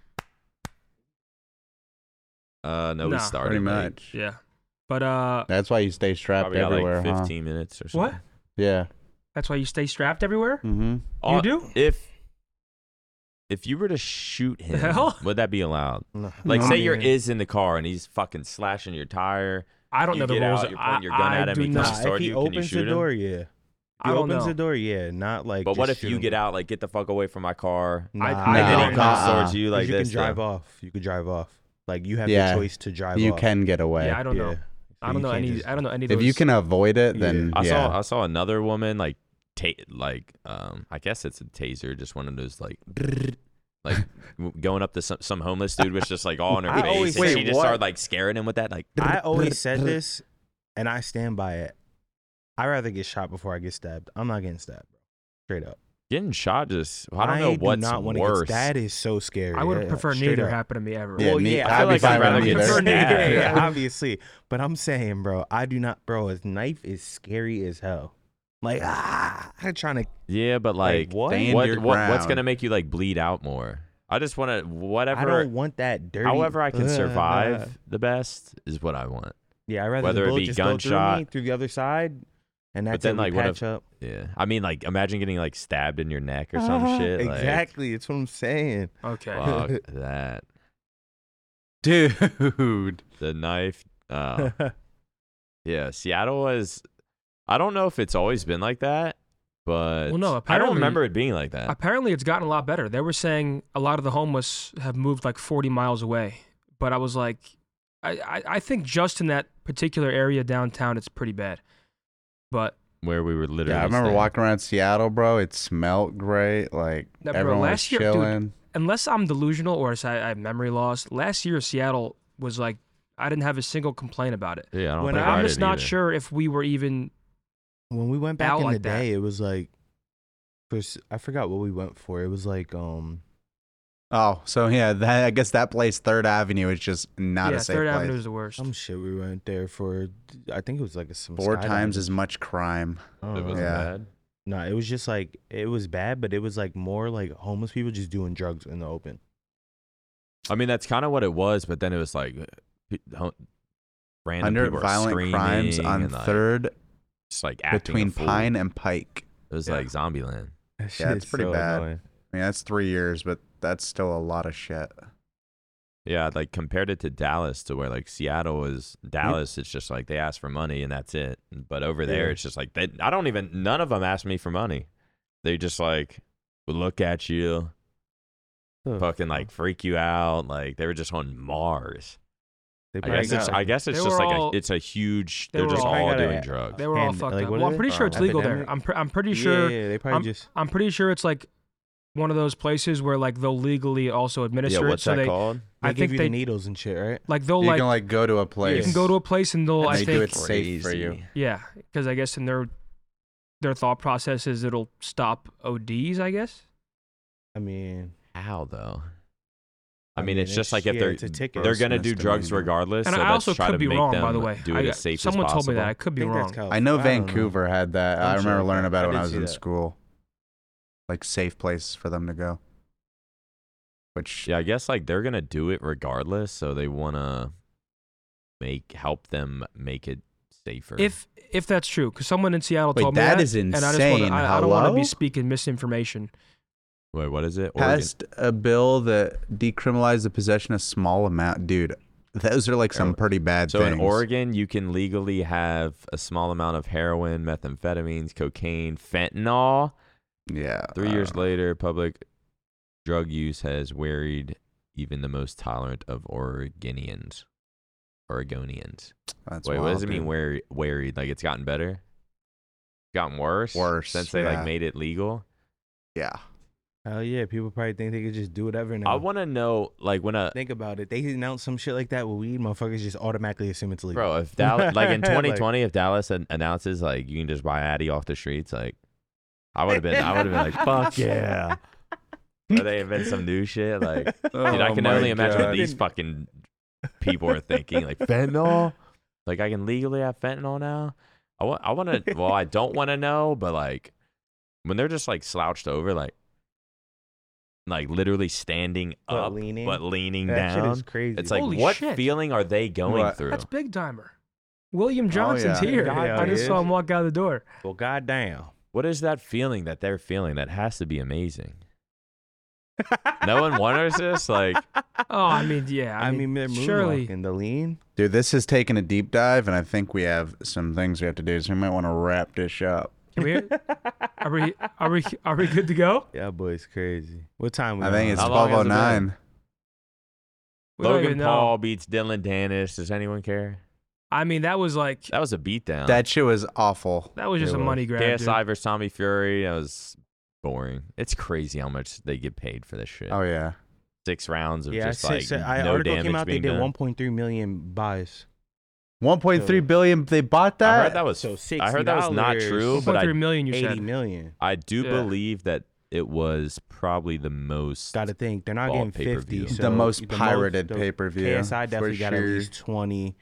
[SPEAKER 3] Uh, no,
[SPEAKER 4] Nah.
[SPEAKER 3] we started.
[SPEAKER 2] Pretty
[SPEAKER 3] late.
[SPEAKER 2] much.
[SPEAKER 4] Yeah, but uh,
[SPEAKER 2] That's why you stay strapped
[SPEAKER 3] Probably got
[SPEAKER 2] everywhere,
[SPEAKER 3] like
[SPEAKER 2] huh?
[SPEAKER 3] 15 minutes or something.
[SPEAKER 4] what?
[SPEAKER 2] Yeah.
[SPEAKER 4] That's why you stay strapped everywhere.
[SPEAKER 2] Mm-hmm.
[SPEAKER 3] Uh,
[SPEAKER 4] do?
[SPEAKER 3] If if you were to shoot him,
[SPEAKER 4] hell?
[SPEAKER 3] would that be allowed?
[SPEAKER 7] No.
[SPEAKER 3] Like,
[SPEAKER 2] No.
[SPEAKER 3] say you're is in the car and he's fucking slashing your tire.
[SPEAKER 4] I don't
[SPEAKER 3] You
[SPEAKER 4] know the
[SPEAKER 3] get
[SPEAKER 4] rules.
[SPEAKER 3] out, you're
[SPEAKER 4] I,
[SPEAKER 3] pointing your gun
[SPEAKER 4] I
[SPEAKER 3] at him,
[SPEAKER 4] do
[SPEAKER 3] he
[SPEAKER 7] Nah,
[SPEAKER 3] comes
[SPEAKER 4] not.
[SPEAKER 3] to start
[SPEAKER 7] if he
[SPEAKER 3] you, can you
[SPEAKER 7] opens
[SPEAKER 3] shoot
[SPEAKER 7] the
[SPEAKER 3] him?
[SPEAKER 7] door, yeah. If
[SPEAKER 4] I
[SPEAKER 7] he
[SPEAKER 4] don't
[SPEAKER 7] opens
[SPEAKER 4] know.
[SPEAKER 7] the door, yeah. Not like.
[SPEAKER 3] But what
[SPEAKER 7] just
[SPEAKER 3] if you
[SPEAKER 7] shoot
[SPEAKER 3] get
[SPEAKER 7] him.
[SPEAKER 3] out, like, get the fuck away from my car?
[SPEAKER 7] Nah,
[SPEAKER 4] I-
[SPEAKER 7] I,
[SPEAKER 4] I
[SPEAKER 7] I,
[SPEAKER 3] and
[SPEAKER 2] No,
[SPEAKER 3] then he
[SPEAKER 2] no,
[SPEAKER 3] comes
[SPEAKER 2] uh-uh.
[SPEAKER 3] towards you like
[SPEAKER 7] you
[SPEAKER 3] this.
[SPEAKER 7] can drive
[SPEAKER 3] though.
[SPEAKER 7] off. You can drive off. Like you have
[SPEAKER 2] Yeah.
[SPEAKER 7] the choice to drive
[SPEAKER 2] You
[SPEAKER 7] off.
[SPEAKER 2] can get away.
[SPEAKER 4] Yeah, I don't know.
[SPEAKER 7] Yeah.
[SPEAKER 4] I don't
[SPEAKER 7] You
[SPEAKER 4] know
[SPEAKER 7] can't
[SPEAKER 4] any.
[SPEAKER 7] just-
[SPEAKER 4] I don't know any. Of
[SPEAKER 2] if
[SPEAKER 4] those.
[SPEAKER 2] you can avoid it, then
[SPEAKER 3] I
[SPEAKER 2] yeah.
[SPEAKER 3] saw I saw another woman like ta- like um I guess it's a taser, just one of those like like w- going up to some, some homeless dude was just like all in her
[SPEAKER 7] I
[SPEAKER 3] face,
[SPEAKER 7] always-
[SPEAKER 3] and
[SPEAKER 7] Wait,
[SPEAKER 3] she just
[SPEAKER 7] what?
[SPEAKER 3] started like scaring him with that like.
[SPEAKER 7] I always said this, and I stand by it. I would rather get shot before I get stabbed. I'm not getting stabbed, bro. Straight up.
[SPEAKER 3] Getting shot just I don't know
[SPEAKER 7] do
[SPEAKER 3] what's
[SPEAKER 7] not wanna get-
[SPEAKER 3] worse.
[SPEAKER 7] That is so scary.
[SPEAKER 4] I would
[SPEAKER 7] yeah,
[SPEAKER 4] prefer
[SPEAKER 7] straight
[SPEAKER 4] neither
[SPEAKER 7] up.
[SPEAKER 4] happen to me ever.
[SPEAKER 2] Yeah,
[SPEAKER 7] well,
[SPEAKER 2] me-
[SPEAKER 7] yeah,
[SPEAKER 2] I'd
[SPEAKER 7] I feel
[SPEAKER 2] be
[SPEAKER 7] like
[SPEAKER 2] fine
[SPEAKER 7] I'd
[SPEAKER 2] with
[SPEAKER 7] rather
[SPEAKER 2] either.
[SPEAKER 7] get stabbed.
[SPEAKER 3] Yeah,
[SPEAKER 7] Yeah,
[SPEAKER 3] yeah.
[SPEAKER 7] obviously. But I'm saying, bro, I do not, bro. His knife is scary as hell. Like ah, I'm trying to
[SPEAKER 3] yeah, but like,
[SPEAKER 7] Like, what?
[SPEAKER 2] Stand
[SPEAKER 3] what,
[SPEAKER 2] your
[SPEAKER 3] what what's
[SPEAKER 2] ground.
[SPEAKER 3] gonna make you like bleed out more? I just want to
[SPEAKER 7] I
[SPEAKER 3] whatever.
[SPEAKER 7] don't want that dirty.
[SPEAKER 3] However, I can
[SPEAKER 7] Ugh.
[SPEAKER 3] survive the best is what I want.
[SPEAKER 7] Yeah, I'd rather
[SPEAKER 3] whether it
[SPEAKER 7] the bullet
[SPEAKER 3] be
[SPEAKER 7] just go through me,
[SPEAKER 3] gunshot-
[SPEAKER 7] through the other side, and that's
[SPEAKER 3] then,
[SPEAKER 7] it. we
[SPEAKER 3] like, what
[SPEAKER 7] patch
[SPEAKER 3] if-
[SPEAKER 7] up.
[SPEAKER 3] Yeah, I mean, like imagine getting like stabbed in your neck or some
[SPEAKER 7] Ah,
[SPEAKER 3] shit. like,
[SPEAKER 7] Exactly, it's what I'm saying.
[SPEAKER 4] Okay.
[SPEAKER 3] fuck that.
[SPEAKER 2] Dude.
[SPEAKER 3] the knife. Uh, yeah, Seattle was. I don't know if it's always been like that, but
[SPEAKER 4] Well, no,
[SPEAKER 3] I
[SPEAKER 4] apparently-
[SPEAKER 3] don't remember it being like that.
[SPEAKER 4] Apparently, it's gotten a lot better. They were saying a lot of the homeless have moved like 40 miles away, but I was like, I, I, I think just in that particular area downtown, it's pretty bad. But
[SPEAKER 3] where we were literally.
[SPEAKER 2] Yeah, I remember
[SPEAKER 3] staying.
[SPEAKER 2] walking around Seattle, bro. It smelled great. Like
[SPEAKER 4] Nah, bro,
[SPEAKER 2] everyone was
[SPEAKER 4] last year- dude,
[SPEAKER 2] chilling.
[SPEAKER 4] unless I'm delusional or I I have memory loss, last year Seattle was like, I didn't have a single complaint about it.
[SPEAKER 3] Yeah, I don't
[SPEAKER 7] When
[SPEAKER 3] think
[SPEAKER 7] I
[SPEAKER 3] I
[SPEAKER 4] I'm
[SPEAKER 7] did
[SPEAKER 4] just not sure if we were even
[SPEAKER 7] when we went back
[SPEAKER 4] Out
[SPEAKER 7] in
[SPEAKER 4] like
[SPEAKER 7] the
[SPEAKER 4] that.
[SPEAKER 7] day, it was like, for, s- I forgot what we went for. It was like, um,
[SPEAKER 2] Oh, so yeah, that, I guess that place, Third Avenue, is just not
[SPEAKER 4] yeah,
[SPEAKER 2] a safe
[SPEAKER 4] Third
[SPEAKER 2] place.
[SPEAKER 4] Avenue is the worst.
[SPEAKER 7] some shit we went there for. I think it was like a, some
[SPEAKER 2] Four
[SPEAKER 7] skydiving.
[SPEAKER 2] times as much crime.
[SPEAKER 7] I don't
[SPEAKER 3] It
[SPEAKER 7] know.
[SPEAKER 3] wasn't
[SPEAKER 2] Yeah.
[SPEAKER 3] bad.
[SPEAKER 7] No, it was just like it was bad, but it was like more like homeless people just doing drugs in the open.
[SPEAKER 3] I mean, that's kind of what it was, but then it was like pe- ho- random
[SPEAKER 2] Under
[SPEAKER 3] people were
[SPEAKER 2] violent
[SPEAKER 3] screaming
[SPEAKER 2] crimes on
[SPEAKER 3] and, like,
[SPEAKER 2] Third
[SPEAKER 3] just, like acting a
[SPEAKER 2] between
[SPEAKER 3] fool.
[SPEAKER 2] Pine and Pike.
[SPEAKER 3] It was
[SPEAKER 4] Yeah.
[SPEAKER 3] like Zombieland.
[SPEAKER 7] That
[SPEAKER 2] Yeah,
[SPEAKER 7] shit
[SPEAKER 2] it's
[SPEAKER 7] is
[SPEAKER 2] pretty
[SPEAKER 7] so
[SPEAKER 2] bad.
[SPEAKER 7] annoying.
[SPEAKER 2] I mean, that's three years, but that's still a lot of shit.
[SPEAKER 3] Yeah, like compared it to Dallas, to where like Seattle is Dallas, it's just like they ask for money and that's it. But over there,
[SPEAKER 7] Yeah.
[SPEAKER 3] it's just like they, I don't even none of them asked me for money. They just like would look at you,
[SPEAKER 7] Ugh.
[SPEAKER 3] fucking like freak you out. Like they were just on Mars.
[SPEAKER 7] They
[SPEAKER 3] I
[SPEAKER 7] probably
[SPEAKER 3] guess it's
[SPEAKER 7] got,
[SPEAKER 3] I guess it's
[SPEAKER 4] They
[SPEAKER 3] just
[SPEAKER 4] were
[SPEAKER 3] like
[SPEAKER 4] all-
[SPEAKER 3] a, it's a huge.
[SPEAKER 4] they
[SPEAKER 3] They're
[SPEAKER 4] were
[SPEAKER 3] just
[SPEAKER 4] all-
[SPEAKER 3] all,
[SPEAKER 7] I got
[SPEAKER 3] doing
[SPEAKER 7] a-
[SPEAKER 3] drugs.
[SPEAKER 4] they were all
[SPEAKER 7] And,
[SPEAKER 4] fucked
[SPEAKER 7] like,
[SPEAKER 4] up.
[SPEAKER 7] what
[SPEAKER 4] Well, I'm
[SPEAKER 7] is it?
[SPEAKER 4] pretty sure it's legal there.
[SPEAKER 7] Epidemic?
[SPEAKER 4] I'm pre- I'm pretty
[SPEAKER 7] yeah,
[SPEAKER 4] sure.
[SPEAKER 7] yeah, they probably just
[SPEAKER 4] I'm pretty sure it's like one of those places where like they'll legally also
[SPEAKER 3] yeah,
[SPEAKER 4] administer it.
[SPEAKER 3] what's
[SPEAKER 4] So
[SPEAKER 3] that
[SPEAKER 4] they,
[SPEAKER 3] called?
[SPEAKER 7] they
[SPEAKER 4] I
[SPEAKER 7] give
[SPEAKER 4] think
[SPEAKER 7] you
[SPEAKER 4] they
[SPEAKER 7] the needles and shit, right?
[SPEAKER 4] like they'll
[SPEAKER 2] you
[SPEAKER 4] like,
[SPEAKER 2] can like go to a place.
[SPEAKER 4] you can go to a place and they'll
[SPEAKER 2] And
[SPEAKER 4] I
[SPEAKER 2] they
[SPEAKER 4] think
[SPEAKER 2] do it safe for you.
[SPEAKER 3] Crazy.
[SPEAKER 4] yeah because I guess in their their thought process is it'll stop ODs. I guess.
[SPEAKER 7] I mean,
[SPEAKER 3] How though? I
[SPEAKER 7] I
[SPEAKER 3] mean,
[SPEAKER 7] mean,
[SPEAKER 3] it's just
[SPEAKER 7] it's-
[SPEAKER 3] like if
[SPEAKER 7] yeah,
[SPEAKER 3] they're
[SPEAKER 7] it's a ticket.
[SPEAKER 3] they're gonna do
[SPEAKER 2] Grossness to
[SPEAKER 3] drugs
[SPEAKER 2] me, yeah.
[SPEAKER 3] regardless.
[SPEAKER 4] And
[SPEAKER 3] so
[SPEAKER 4] I
[SPEAKER 3] let's
[SPEAKER 4] also
[SPEAKER 3] try to
[SPEAKER 4] could be
[SPEAKER 3] make
[SPEAKER 4] wrong,
[SPEAKER 3] them
[SPEAKER 4] by the way.
[SPEAKER 3] Do
[SPEAKER 4] I
[SPEAKER 3] it
[SPEAKER 4] got-
[SPEAKER 3] as safe
[SPEAKER 4] someone
[SPEAKER 3] as
[SPEAKER 4] told me
[SPEAKER 3] possible.
[SPEAKER 4] that. I could be
[SPEAKER 7] think that's
[SPEAKER 4] wrong.
[SPEAKER 7] Cali-
[SPEAKER 2] I know
[SPEAKER 7] don't
[SPEAKER 2] Vancouver had that.
[SPEAKER 7] I'm
[SPEAKER 2] i remember
[SPEAKER 7] sure
[SPEAKER 2] learning
[SPEAKER 7] that-
[SPEAKER 2] about
[SPEAKER 7] I
[SPEAKER 2] it when
[SPEAKER 7] did
[SPEAKER 2] I was
[SPEAKER 7] see
[SPEAKER 2] in
[SPEAKER 7] that.
[SPEAKER 2] school. Like safe places for them to go. Which
[SPEAKER 3] Yeah, I guess like they're gonna do it regardless, so they wanna make help them make it safer.
[SPEAKER 4] If if that's true, because someone in Seattle
[SPEAKER 2] Wait,
[SPEAKER 4] told me
[SPEAKER 2] that
[SPEAKER 4] that
[SPEAKER 2] is
[SPEAKER 4] and I just wanna,
[SPEAKER 2] insane.
[SPEAKER 4] I, I don't want to
[SPEAKER 2] Hello?
[SPEAKER 4] be speaking misinformation.
[SPEAKER 3] wait, what is it? Oregon-
[SPEAKER 2] passed a bill that decriminalized the possession of small amount. Dude, those are like some
[SPEAKER 3] Heroin.
[SPEAKER 2] pretty bad
[SPEAKER 3] So
[SPEAKER 2] things.
[SPEAKER 3] in Oregon, you can legally have a small amount of heroin, methamphetamines, cocaine, fentanyl.
[SPEAKER 2] yeah. uh,
[SPEAKER 3] Three
[SPEAKER 2] I
[SPEAKER 3] years
[SPEAKER 2] don't know.
[SPEAKER 3] later, public drug use has wearied even the most tolerant of Oregonians. Oregonians.
[SPEAKER 2] That's
[SPEAKER 3] Wait, what
[SPEAKER 2] wild,
[SPEAKER 3] does it mean
[SPEAKER 2] dude.
[SPEAKER 3] weary, wearied? Like it's gotten better? Gotten worse?
[SPEAKER 2] Worse,
[SPEAKER 3] Since they
[SPEAKER 2] yeah.
[SPEAKER 3] like made it legal?
[SPEAKER 2] Yeah.
[SPEAKER 7] Hell yeah, people probably think they could just do whatever now.
[SPEAKER 3] I want to know, like, when a.
[SPEAKER 7] think about it. They announce some shit like that with weed, motherfuckers just automatically assume it's legal.
[SPEAKER 3] Bro, if Dallas, like in
[SPEAKER 7] Like-
[SPEAKER 3] 2020, if Dallas an- announces like you can just buy Addy off the streets, like I would have been, I would have been like, fuck yeah. Or they invent some new shit, like dude, I
[SPEAKER 2] Oh
[SPEAKER 3] can
[SPEAKER 2] my
[SPEAKER 3] only imagine what
[SPEAKER 2] God.
[SPEAKER 3] these fucking people are thinking, like fentanyl. Like I can legally have fentanyl now. I want, I want to. Well, I don't want to know, but like when they're just like slouched over, like, like literally standing
[SPEAKER 7] But
[SPEAKER 3] up
[SPEAKER 7] leaning?
[SPEAKER 3] but leaning
[SPEAKER 7] that shit
[SPEAKER 3] down.
[SPEAKER 7] is crazy.
[SPEAKER 3] It's like
[SPEAKER 4] Holy
[SPEAKER 3] what
[SPEAKER 4] shit.
[SPEAKER 3] feeling are they going
[SPEAKER 2] Right.
[SPEAKER 3] through?
[SPEAKER 4] That's big timer. William Johnson's
[SPEAKER 2] Oh, yeah.
[SPEAKER 4] here.
[SPEAKER 7] Yeah,
[SPEAKER 4] I
[SPEAKER 7] he
[SPEAKER 4] just saw
[SPEAKER 7] is.
[SPEAKER 4] him walk out the door.
[SPEAKER 7] well, goddamn.
[SPEAKER 3] What is that feeling that they're feeling? That has to be amazing. no one wonders this. Like,
[SPEAKER 4] Oh, I mean, yeah.
[SPEAKER 7] I mean, they're
[SPEAKER 4] surely.
[SPEAKER 7] moonwalking the lean.
[SPEAKER 2] Dude, this has taken a deep dive, and I think we have some things we have to do, so we might want to wrap this up.
[SPEAKER 4] Can we, are we are we are we good to go?
[SPEAKER 7] Yeah, boy's crazy. What time? We
[SPEAKER 2] I think it's
[SPEAKER 3] How long has it been?
[SPEAKER 2] 1209.
[SPEAKER 4] We don't
[SPEAKER 3] Logan
[SPEAKER 4] even know.
[SPEAKER 3] Paul beats Dylan Dennis. Does anyone care?
[SPEAKER 4] I mean, that was like
[SPEAKER 3] That was a beatdown.
[SPEAKER 2] That shit was awful.
[SPEAKER 4] that was just
[SPEAKER 3] It
[SPEAKER 4] a
[SPEAKER 3] was.
[SPEAKER 4] money grab. dude.
[SPEAKER 3] KSI versus Tommy Fury. That was boring. It's crazy how much they get paid for this shit.
[SPEAKER 2] Oh, yeah.
[SPEAKER 3] Six rounds of
[SPEAKER 7] Yeah,
[SPEAKER 3] just
[SPEAKER 7] I
[SPEAKER 3] like
[SPEAKER 7] said, I
[SPEAKER 3] no
[SPEAKER 7] article
[SPEAKER 3] damage
[SPEAKER 7] came out. They
[SPEAKER 3] being
[SPEAKER 7] did
[SPEAKER 3] done.
[SPEAKER 7] 1.3 million buys.
[SPEAKER 2] 1.3 billion. They bought that?
[SPEAKER 3] I heard that was.
[SPEAKER 7] So
[SPEAKER 3] I heard that was not
[SPEAKER 7] $60
[SPEAKER 3] true, but I,
[SPEAKER 4] 1.3 million, you
[SPEAKER 7] 80
[SPEAKER 4] said.
[SPEAKER 7] million.
[SPEAKER 3] I do
[SPEAKER 4] Yeah.
[SPEAKER 3] believe that it was probably the most.
[SPEAKER 7] Got to think they're not
[SPEAKER 3] All
[SPEAKER 7] getting
[SPEAKER 3] pay-per-view.
[SPEAKER 7] 50.
[SPEAKER 3] The
[SPEAKER 7] So
[SPEAKER 2] the most pirated
[SPEAKER 7] the
[SPEAKER 2] pay per view.
[SPEAKER 7] KSI definitely got at least 20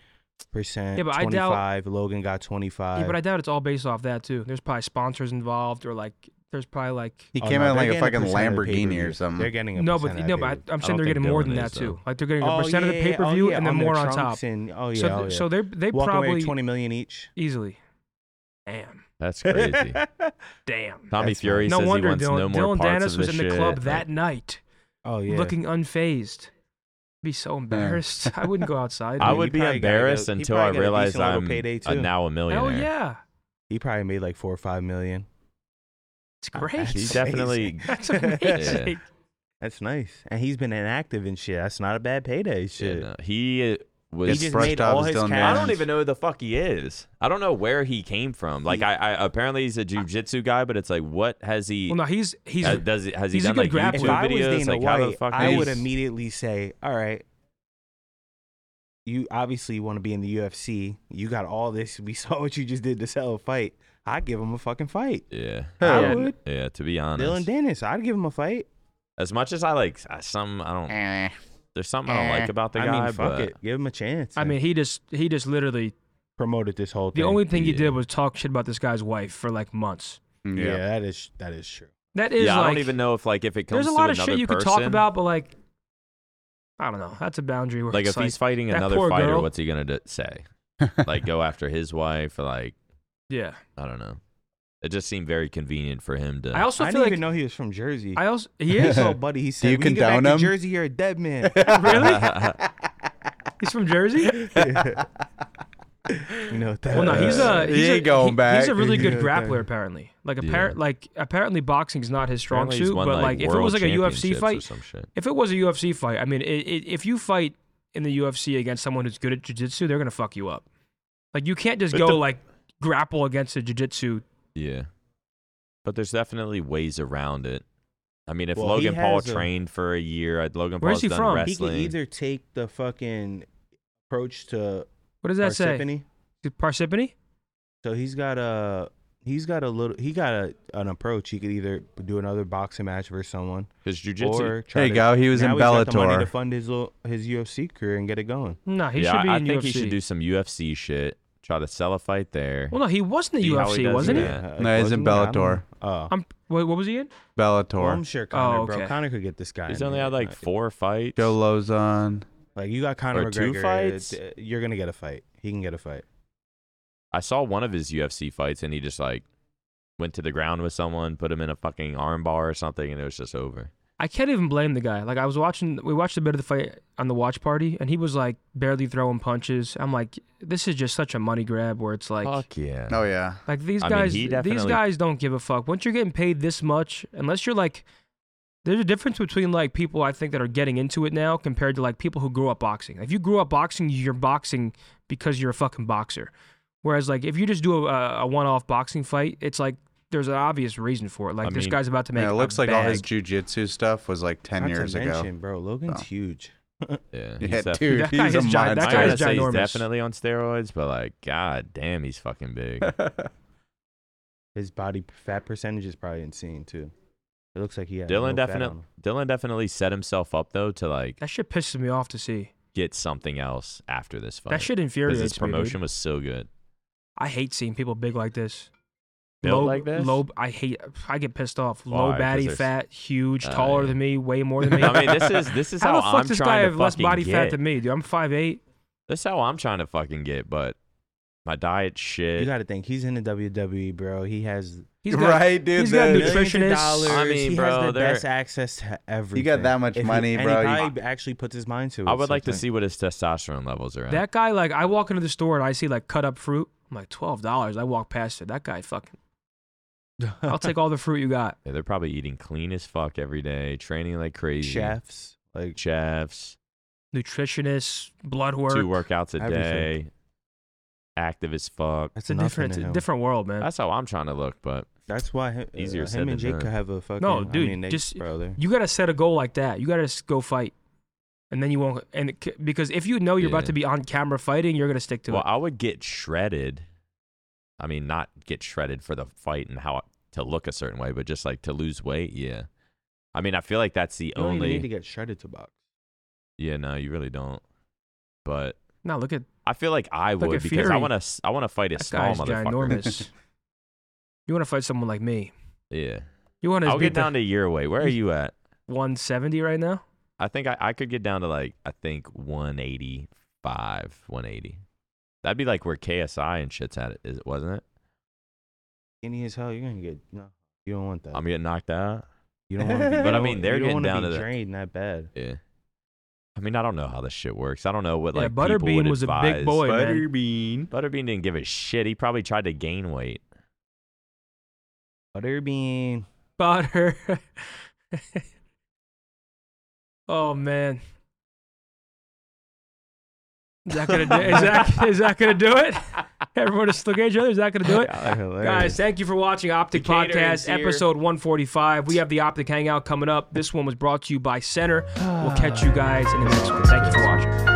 [SPEAKER 7] percent.
[SPEAKER 4] Yeah, but I doubt-
[SPEAKER 7] 25. Logan got Oh, 25.
[SPEAKER 4] Yeah, but I doubt it's all based off that too. There's probably sponsors involved, or like there's probably like
[SPEAKER 2] He
[SPEAKER 7] Oh,
[SPEAKER 2] came
[SPEAKER 7] no,
[SPEAKER 2] out in
[SPEAKER 7] they're
[SPEAKER 2] like a
[SPEAKER 7] getting
[SPEAKER 2] fucking
[SPEAKER 7] percent of the
[SPEAKER 2] Lamborghini
[SPEAKER 7] pay-per-view.
[SPEAKER 2] or something.
[SPEAKER 7] They're getting a
[SPEAKER 4] no, but
[SPEAKER 7] percent of
[SPEAKER 4] no,
[SPEAKER 7] that
[SPEAKER 4] but I,
[SPEAKER 3] I
[SPEAKER 4] I'm saying
[SPEAKER 3] don't
[SPEAKER 4] they're
[SPEAKER 3] think
[SPEAKER 4] getting more
[SPEAKER 3] Dylan
[SPEAKER 4] than that
[SPEAKER 3] is,
[SPEAKER 4] too.
[SPEAKER 3] though.
[SPEAKER 4] Like they're getting a
[SPEAKER 7] pay-per-view.
[SPEAKER 4] percent of
[SPEAKER 7] Oh,
[SPEAKER 4] the
[SPEAKER 7] yeah,
[SPEAKER 4] pay per view
[SPEAKER 7] yeah,
[SPEAKER 4] and then
[SPEAKER 7] on their
[SPEAKER 4] more on top.
[SPEAKER 7] trunks and- oh yeah,
[SPEAKER 4] so,
[SPEAKER 7] oh,
[SPEAKER 4] th-
[SPEAKER 7] yeah.
[SPEAKER 4] so they they
[SPEAKER 7] Walking away with
[SPEAKER 4] probably
[SPEAKER 7] 20 million each.
[SPEAKER 4] easily. Damn,
[SPEAKER 3] That's crazy.
[SPEAKER 4] damn.
[SPEAKER 3] Tommy
[SPEAKER 7] That's
[SPEAKER 3] Fury
[SPEAKER 7] He
[SPEAKER 4] no
[SPEAKER 3] says
[SPEAKER 4] wonder
[SPEAKER 3] he wants
[SPEAKER 4] Dylan,
[SPEAKER 3] no more
[SPEAKER 4] Dylan
[SPEAKER 3] parts
[SPEAKER 4] Danis
[SPEAKER 3] of
[SPEAKER 4] was
[SPEAKER 3] this
[SPEAKER 4] in the
[SPEAKER 3] shit.
[SPEAKER 4] club
[SPEAKER 3] Like,
[SPEAKER 4] that night,
[SPEAKER 7] oh yeah.
[SPEAKER 4] looking unfazed. Be so embarrassed. I wouldn't go outside.
[SPEAKER 3] I
[SPEAKER 7] mean,
[SPEAKER 3] would
[SPEAKER 7] he
[SPEAKER 3] be
[SPEAKER 7] probably got a-
[SPEAKER 3] embarrassed
[SPEAKER 7] he
[SPEAKER 3] until
[SPEAKER 7] probably
[SPEAKER 3] I
[SPEAKER 7] got a
[SPEAKER 3] realized
[SPEAKER 7] decent little
[SPEAKER 3] I'm
[SPEAKER 7] payday,
[SPEAKER 3] a
[SPEAKER 7] too.
[SPEAKER 3] now a
[SPEAKER 4] Hell
[SPEAKER 3] millionaire.
[SPEAKER 4] Oh, yeah,
[SPEAKER 7] He probably made like four or five million.
[SPEAKER 4] it's great.
[SPEAKER 3] He
[SPEAKER 7] That's
[SPEAKER 3] definitely.
[SPEAKER 4] That's amazing.
[SPEAKER 7] That's nice. And he's been inactive and shit. That's not a bad payday
[SPEAKER 3] Yeah,
[SPEAKER 7] shit.
[SPEAKER 3] no, he uh, was.
[SPEAKER 7] He
[SPEAKER 2] It's
[SPEAKER 7] just
[SPEAKER 2] brushed
[SPEAKER 7] made
[SPEAKER 2] off
[SPEAKER 7] all
[SPEAKER 2] as
[SPEAKER 7] his
[SPEAKER 2] Dylan
[SPEAKER 3] I
[SPEAKER 7] cash.
[SPEAKER 2] Danis.
[SPEAKER 3] don't even know who the fuck he is. I don't know where he came from. Like, I, I apparently he's a jujitsu guy, but it's like, what has he?
[SPEAKER 4] Well, no, he's he's
[SPEAKER 3] uh, does he, has
[SPEAKER 4] he's
[SPEAKER 3] he
[SPEAKER 4] a
[SPEAKER 3] done like
[SPEAKER 4] good grappler.
[SPEAKER 3] YouTube
[SPEAKER 7] If
[SPEAKER 4] Two
[SPEAKER 7] I was
[SPEAKER 3] videos?
[SPEAKER 7] Dana
[SPEAKER 3] Like,
[SPEAKER 7] White,
[SPEAKER 3] how the fuck?
[SPEAKER 7] I
[SPEAKER 3] is-
[SPEAKER 7] would immediately say, "All right, you obviously want to be in the UFC. You got all this. We saw what you just did to sell a fight. I'd give him a fucking fight.
[SPEAKER 3] Yeah,
[SPEAKER 7] I
[SPEAKER 3] yeah,
[SPEAKER 7] would.
[SPEAKER 3] Yeah, to be honest,
[SPEAKER 7] Dylan Dennis, I'd give him a fight.
[SPEAKER 3] as much as I like I- some, I don't.
[SPEAKER 4] Eh.
[SPEAKER 3] There's something I don't like about the
[SPEAKER 7] I
[SPEAKER 3] guy,
[SPEAKER 7] mean, fuck
[SPEAKER 3] but
[SPEAKER 7] it, give him a chance.
[SPEAKER 4] I
[SPEAKER 7] and
[SPEAKER 4] mean, he just he just literally
[SPEAKER 7] promoted this whole
[SPEAKER 4] the
[SPEAKER 7] thing.
[SPEAKER 4] only thing he
[SPEAKER 3] yeah.
[SPEAKER 4] did was talk shit about this guy's wife for like months.
[SPEAKER 7] yeah.
[SPEAKER 2] Yeah.
[SPEAKER 7] that is that is true.
[SPEAKER 4] That
[SPEAKER 3] yeah,
[SPEAKER 4] is
[SPEAKER 3] I
[SPEAKER 4] like
[SPEAKER 3] don't even know if like if it comes
[SPEAKER 4] there's a
[SPEAKER 3] to
[SPEAKER 4] lot of
[SPEAKER 3] another
[SPEAKER 4] shit you could
[SPEAKER 3] person,
[SPEAKER 4] talk about, but like I don't know. That's a boundary where
[SPEAKER 3] Like,
[SPEAKER 4] it's
[SPEAKER 3] if he's fighting
[SPEAKER 4] that
[SPEAKER 3] another
[SPEAKER 4] poor
[SPEAKER 3] fighter,
[SPEAKER 4] girl.
[SPEAKER 3] what's he gonna d- say? like, go after his wife, or like,
[SPEAKER 4] yeah.
[SPEAKER 3] I don't know. It just seemed very convenient for him to.
[SPEAKER 4] I also
[SPEAKER 7] I
[SPEAKER 4] feel
[SPEAKER 7] didn't
[SPEAKER 4] like
[SPEAKER 7] even know he was from Jersey.
[SPEAKER 4] I also he
[SPEAKER 7] He
[SPEAKER 4] is
[SPEAKER 7] told buddy, he said,
[SPEAKER 2] you
[SPEAKER 7] "When get back
[SPEAKER 2] condone
[SPEAKER 7] to
[SPEAKER 2] him?"
[SPEAKER 7] Jersey, you're a dead man."
[SPEAKER 4] really he's from Jersey.
[SPEAKER 7] You know what that
[SPEAKER 4] Well, no, he's uh, a
[SPEAKER 7] is.
[SPEAKER 2] He
[SPEAKER 4] he's a,
[SPEAKER 2] ain't going
[SPEAKER 4] he-
[SPEAKER 2] back.
[SPEAKER 4] he's a really good
[SPEAKER 7] Yeah,
[SPEAKER 4] grappler
[SPEAKER 7] thanks.
[SPEAKER 4] apparently. Like
[SPEAKER 3] Yeah.
[SPEAKER 4] apparent like apparently boxing's not his strong
[SPEAKER 3] Apparently he's
[SPEAKER 4] suit,
[SPEAKER 3] won,
[SPEAKER 4] but like, if it
[SPEAKER 3] world
[SPEAKER 4] was like a UFC
[SPEAKER 3] championships or
[SPEAKER 4] fight,
[SPEAKER 3] some shit.
[SPEAKER 4] if it was a UFC fight, I mean, i i if you fight in the UFC against someone who's good at jiu-jitsu, they're gonna fuck you up. Like you can't just
[SPEAKER 3] But
[SPEAKER 4] go
[SPEAKER 3] the-
[SPEAKER 4] like grapple against a jiu-jitsu.
[SPEAKER 3] Yeah. But there's definitely ways around it. I mean, if
[SPEAKER 7] Well, he
[SPEAKER 3] Logan Paul
[SPEAKER 7] has a-
[SPEAKER 3] trained for a year, I'd Logan
[SPEAKER 4] Where's
[SPEAKER 3] Paul's
[SPEAKER 4] he
[SPEAKER 3] done
[SPEAKER 4] from?
[SPEAKER 7] He
[SPEAKER 3] wrestling.
[SPEAKER 7] could either take the fucking approach to
[SPEAKER 4] What does that say?
[SPEAKER 7] Parsippany.
[SPEAKER 4] Parsippany?
[SPEAKER 7] So he's got a he's got a little he got a, an approach. He could either do another boxing match versus someone,
[SPEAKER 3] Because jujitsu.
[SPEAKER 7] or try
[SPEAKER 2] There you
[SPEAKER 7] to-
[SPEAKER 2] go, he was
[SPEAKER 7] now
[SPEAKER 2] in
[SPEAKER 7] he's got the money
[SPEAKER 2] Bellator.
[SPEAKER 7] to fund his little, his UFC career and get it going.
[SPEAKER 4] No, he
[SPEAKER 3] Yeah,
[SPEAKER 4] should be
[SPEAKER 3] I
[SPEAKER 4] in
[SPEAKER 3] think
[SPEAKER 4] UFC.
[SPEAKER 3] he should do some UFC shit. Try to sell a fight there.
[SPEAKER 4] Well, no, he was in the
[SPEAKER 3] See how he
[SPEAKER 4] UFC,
[SPEAKER 3] does
[SPEAKER 4] wasn't he?
[SPEAKER 3] that.
[SPEAKER 7] Uh,
[SPEAKER 2] No, he's in
[SPEAKER 7] wasn't he? I don't
[SPEAKER 2] Bellator.
[SPEAKER 7] know. Oh.
[SPEAKER 4] I'm, what, what was he in?
[SPEAKER 2] Bellator.
[SPEAKER 7] Well, I'm sure Conor,
[SPEAKER 4] Oh, okay.
[SPEAKER 7] bro. Conor could get this guy.
[SPEAKER 3] He's
[SPEAKER 7] in Uh,
[SPEAKER 3] only
[SPEAKER 7] there.
[SPEAKER 3] had like four fights.
[SPEAKER 2] Joe Lozon.
[SPEAKER 7] Like you got Conor
[SPEAKER 3] Or
[SPEAKER 7] McGregor.
[SPEAKER 3] two fights?
[SPEAKER 7] uh, You're gonna get a fight. He can get a fight.
[SPEAKER 3] I saw one of his UFC fights and he just like went to the ground with someone, put him in a fucking armbar or something, and it was just over.
[SPEAKER 4] I can't even blame the guy. Like I was watching, we watched a bit of the fight on the watch party, and he was like barely throwing punches. I'm like, this is just such a money grab where it's like,
[SPEAKER 3] Fuck yeah.
[SPEAKER 2] Oh yeah.
[SPEAKER 4] like these
[SPEAKER 3] I mean,
[SPEAKER 4] guys,
[SPEAKER 3] he
[SPEAKER 4] these
[SPEAKER 3] definitely-
[SPEAKER 4] guys don't give a fuck. Once you're getting paid this much, unless you're like, there's a difference between like people I think that are getting into it now compared to like people who grew up boxing. If you grew up boxing, you're boxing because you're a fucking boxer. Whereas like if you just do a, a one-off boxing fight, it's like there's an obvious reason for it. Like
[SPEAKER 3] I
[SPEAKER 4] this
[SPEAKER 3] mean-
[SPEAKER 4] guy's about to make.
[SPEAKER 2] Yeah, it
[SPEAKER 4] a
[SPEAKER 2] looks like all his
[SPEAKER 4] bag.
[SPEAKER 2] jujitsu stuff was like ten
[SPEAKER 7] Not to
[SPEAKER 2] years ago.
[SPEAKER 7] mention, bro. Logan's
[SPEAKER 2] So.
[SPEAKER 7] huge.
[SPEAKER 3] Yeah. he's
[SPEAKER 2] Yeah,
[SPEAKER 3] def-
[SPEAKER 2] dude,
[SPEAKER 4] That guy
[SPEAKER 2] he's a
[SPEAKER 4] is giant. That
[SPEAKER 3] I
[SPEAKER 2] monster.
[SPEAKER 4] guy
[SPEAKER 3] gotta
[SPEAKER 4] is
[SPEAKER 3] say he's
[SPEAKER 4] ginormous.
[SPEAKER 3] definitely on steroids, but like, god damn, he's fucking big.
[SPEAKER 7] His body p- fat percentage is probably insane too. It looks like he had
[SPEAKER 3] Dylan
[SPEAKER 7] no fat
[SPEAKER 3] definitely
[SPEAKER 7] on
[SPEAKER 3] Dylan definitely set himself up though to like
[SPEAKER 4] That shit pisses me off to see.
[SPEAKER 3] get something else after this fight.
[SPEAKER 4] That shit
[SPEAKER 3] because
[SPEAKER 4] infuriates
[SPEAKER 3] his
[SPEAKER 4] me.
[SPEAKER 3] promotion
[SPEAKER 4] dude.
[SPEAKER 3] was so good.
[SPEAKER 4] I hate seeing people big like this.
[SPEAKER 3] Built
[SPEAKER 4] low,
[SPEAKER 3] like this?
[SPEAKER 4] Low, I hate. I get pissed off.
[SPEAKER 3] Why?
[SPEAKER 4] Low
[SPEAKER 3] 'Cause
[SPEAKER 4] batty,
[SPEAKER 3] there's-
[SPEAKER 4] fat, huge,
[SPEAKER 3] Oh,
[SPEAKER 4] taller
[SPEAKER 3] yeah.
[SPEAKER 4] than me, way more than me.
[SPEAKER 3] I mean, this is this is
[SPEAKER 4] how
[SPEAKER 3] how,
[SPEAKER 4] the fuck
[SPEAKER 3] I'm
[SPEAKER 4] does this
[SPEAKER 3] trying
[SPEAKER 4] guy
[SPEAKER 3] to
[SPEAKER 4] have less
[SPEAKER 3] fucking
[SPEAKER 4] body fat
[SPEAKER 3] get.
[SPEAKER 4] than me, dude? I'm 5'8".
[SPEAKER 3] This is how I'm trying to fucking get, but my diet
[SPEAKER 7] him.
[SPEAKER 3] shit.
[SPEAKER 7] You got to think he's in the WWE, bro. He has
[SPEAKER 4] He's got,
[SPEAKER 2] right, dude.
[SPEAKER 4] he's got a
[SPEAKER 2] the-
[SPEAKER 7] millions of
[SPEAKER 4] nutritionist.
[SPEAKER 7] dollars.
[SPEAKER 3] I mean,
[SPEAKER 7] he
[SPEAKER 3] bro,
[SPEAKER 7] has the
[SPEAKER 3] they're-
[SPEAKER 7] best access to everything.
[SPEAKER 2] that much
[SPEAKER 7] If he-
[SPEAKER 2] money,
[SPEAKER 7] and
[SPEAKER 2] bro,
[SPEAKER 7] He
[SPEAKER 2] you-
[SPEAKER 7] probably actually puts his mind to it.
[SPEAKER 3] I would like to
[SPEAKER 7] sometimes.
[SPEAKER 3] see what his testosterone levels are at.
[SPEAKER 4] That guy, like, I walk into the store and I see like cut up fruit. I'm like twelve dollars. I walk past it. That guy, fucking, I'll take all the fruit you got.
[SPEAKER 3] Yeah, they're probably eating clean as fuck every day, training like crazy.
[SPEAKER 7] chefs. Like
[SPEAKER 3] Chefs,
[SPEAKER 4] Nutritionist, blood work.
[SPEAKER 3] two workouts a
[SPEAKER 7] everything.
[SPEAKER 3] day, active as fuck.
[SPEAKER 7] that's
[SPEAKER 4] It's a
[SPEAKER 7] nothing
[SPEAKER 4] different,
[SPEAKER 7] to
[SPEAKER 4] it's a
[SPEAKER 7] him.
[SPEAKER 4] different world, man.
[SPEAKER 3] That's how I'm trying to look, but
[SPEAKER 7] That's why him,
[SPEAKER 3] Easier
[SPEAKER 7] uh,
[SPEAKER 3] said
[SPEAKER 7] him
[SPEAKER 3] than
[SPEAKER 7] and Jake could
[SPEAKER 3] done.
[SPEAKER 7] have a fucking.
[SPEAKER 4] No, dude,
[SPEAKER 7] I mean, they,
[SPEAKER 4] just-
[SPEAKER 7] bro, they're-
[SPEAKER 4] You gotta set a goal like that. You gotta s- go fight, and then you won't. And it c- because if you know you're about
[SPEAKER 3] Yeah.
[SPEAKER 4] to be on camera fighting, you're gonna stick to
[SPEAKER 3] well,
[SPEAKER 4] it.
[SPEAKER 3] I would get shredded. I mean, not get shredded for the fight and how to look a certain way, but just like to lose weight. Yeah. I mean, I feel like that's the
[SPEAKER 7] you don't even
[SPEAKER 3] only.
[SPEAKER 7] need to get shredded to box.
[SPEAKER 3] yeah, no, you really don't. But
[SPEAKER 4] Now look at
[SPEAKER 3] I feel like I
[SPEAKER 4] Look
[SPEAKER 3] would
[SPEAKER 4] at
[SPEAKER 3] because I
[SPEAKER 4] Fury.
[SPEAKER 3] want to. I want to fight a
[SPEAKER 4] that
[SPEAKER 3] small
[SPEAKER 4] guy's
[SPEAKER 3] motherfucker.
[SPEAKER 4] ginormous. you want to fight someone like me?
[SPEAKER 3] Yeah.
[SPEAKER 4] You want to
[SPEAKER 3] I'll
[SPEAKER 4] be
[SPEAKER 3] get down to your weight. Where are you at?
[SPEAKER 4] 170 right now?
[SPEAKER 3] I think I, I could get down to like I think 185, 180. That'd be like where KSI and shit's at, is it wasn't it?
[SPEAKER 7] Skinny as hell, you're gonna get no. You don't
[SPEAKER 4] Uh,
[SPEAKER 7] want that.
[SPEAKER 3] I'm getting knocked out.
[SPEAKER 7] you don't want to be.
[SPEAKER 3] But
[SPEAKER 7] you
[SPEAKER 3] I
[SPEAKER 7] don't-
[SPEAKER 3] mean, they're
[SPEAKER 7] you
[SPEAKER 3] getting
[SPEAKER 7] don't
[SPEAKER 3] down
[SPEAKER 7] wanna be
[SPEAKER 3] to the-
[SPEAKER 7] drained that bad.
[SPEAKER 3] Yeah. I mean, I don't know how this shit works. I don't know what
[SPEAKER 4] Yeah,
[SPEAKER 3] like people
[SPEAKER 4] Butterbean
[SPEAKER 3] would
[SPEAKER 4] was a big
[SPEAKER 3] advise.
[SPEAKER 4] boy, man.
[SPEAKER 3] Butterbean. Butterbean didn't give a shit. He probably tried to gain weight.
[SPEAKER 7] Butterbean.
[SPEAKER 4] Butter. oh man. Is that gonna do, is that is that gonna do it? Everyone just look at each other. Is that gonna do it? Guys, thank you for watching Optic
[SPEAKER 3] The catering's
[SPEAKER 4] Podcast,
[SPEAKER 3] here.
[SPEAKER 4] episode 145. We have the Optic Hangout coming up. This one was brought to you by Center. We'll catch you guys in the next one. Thank you for watching.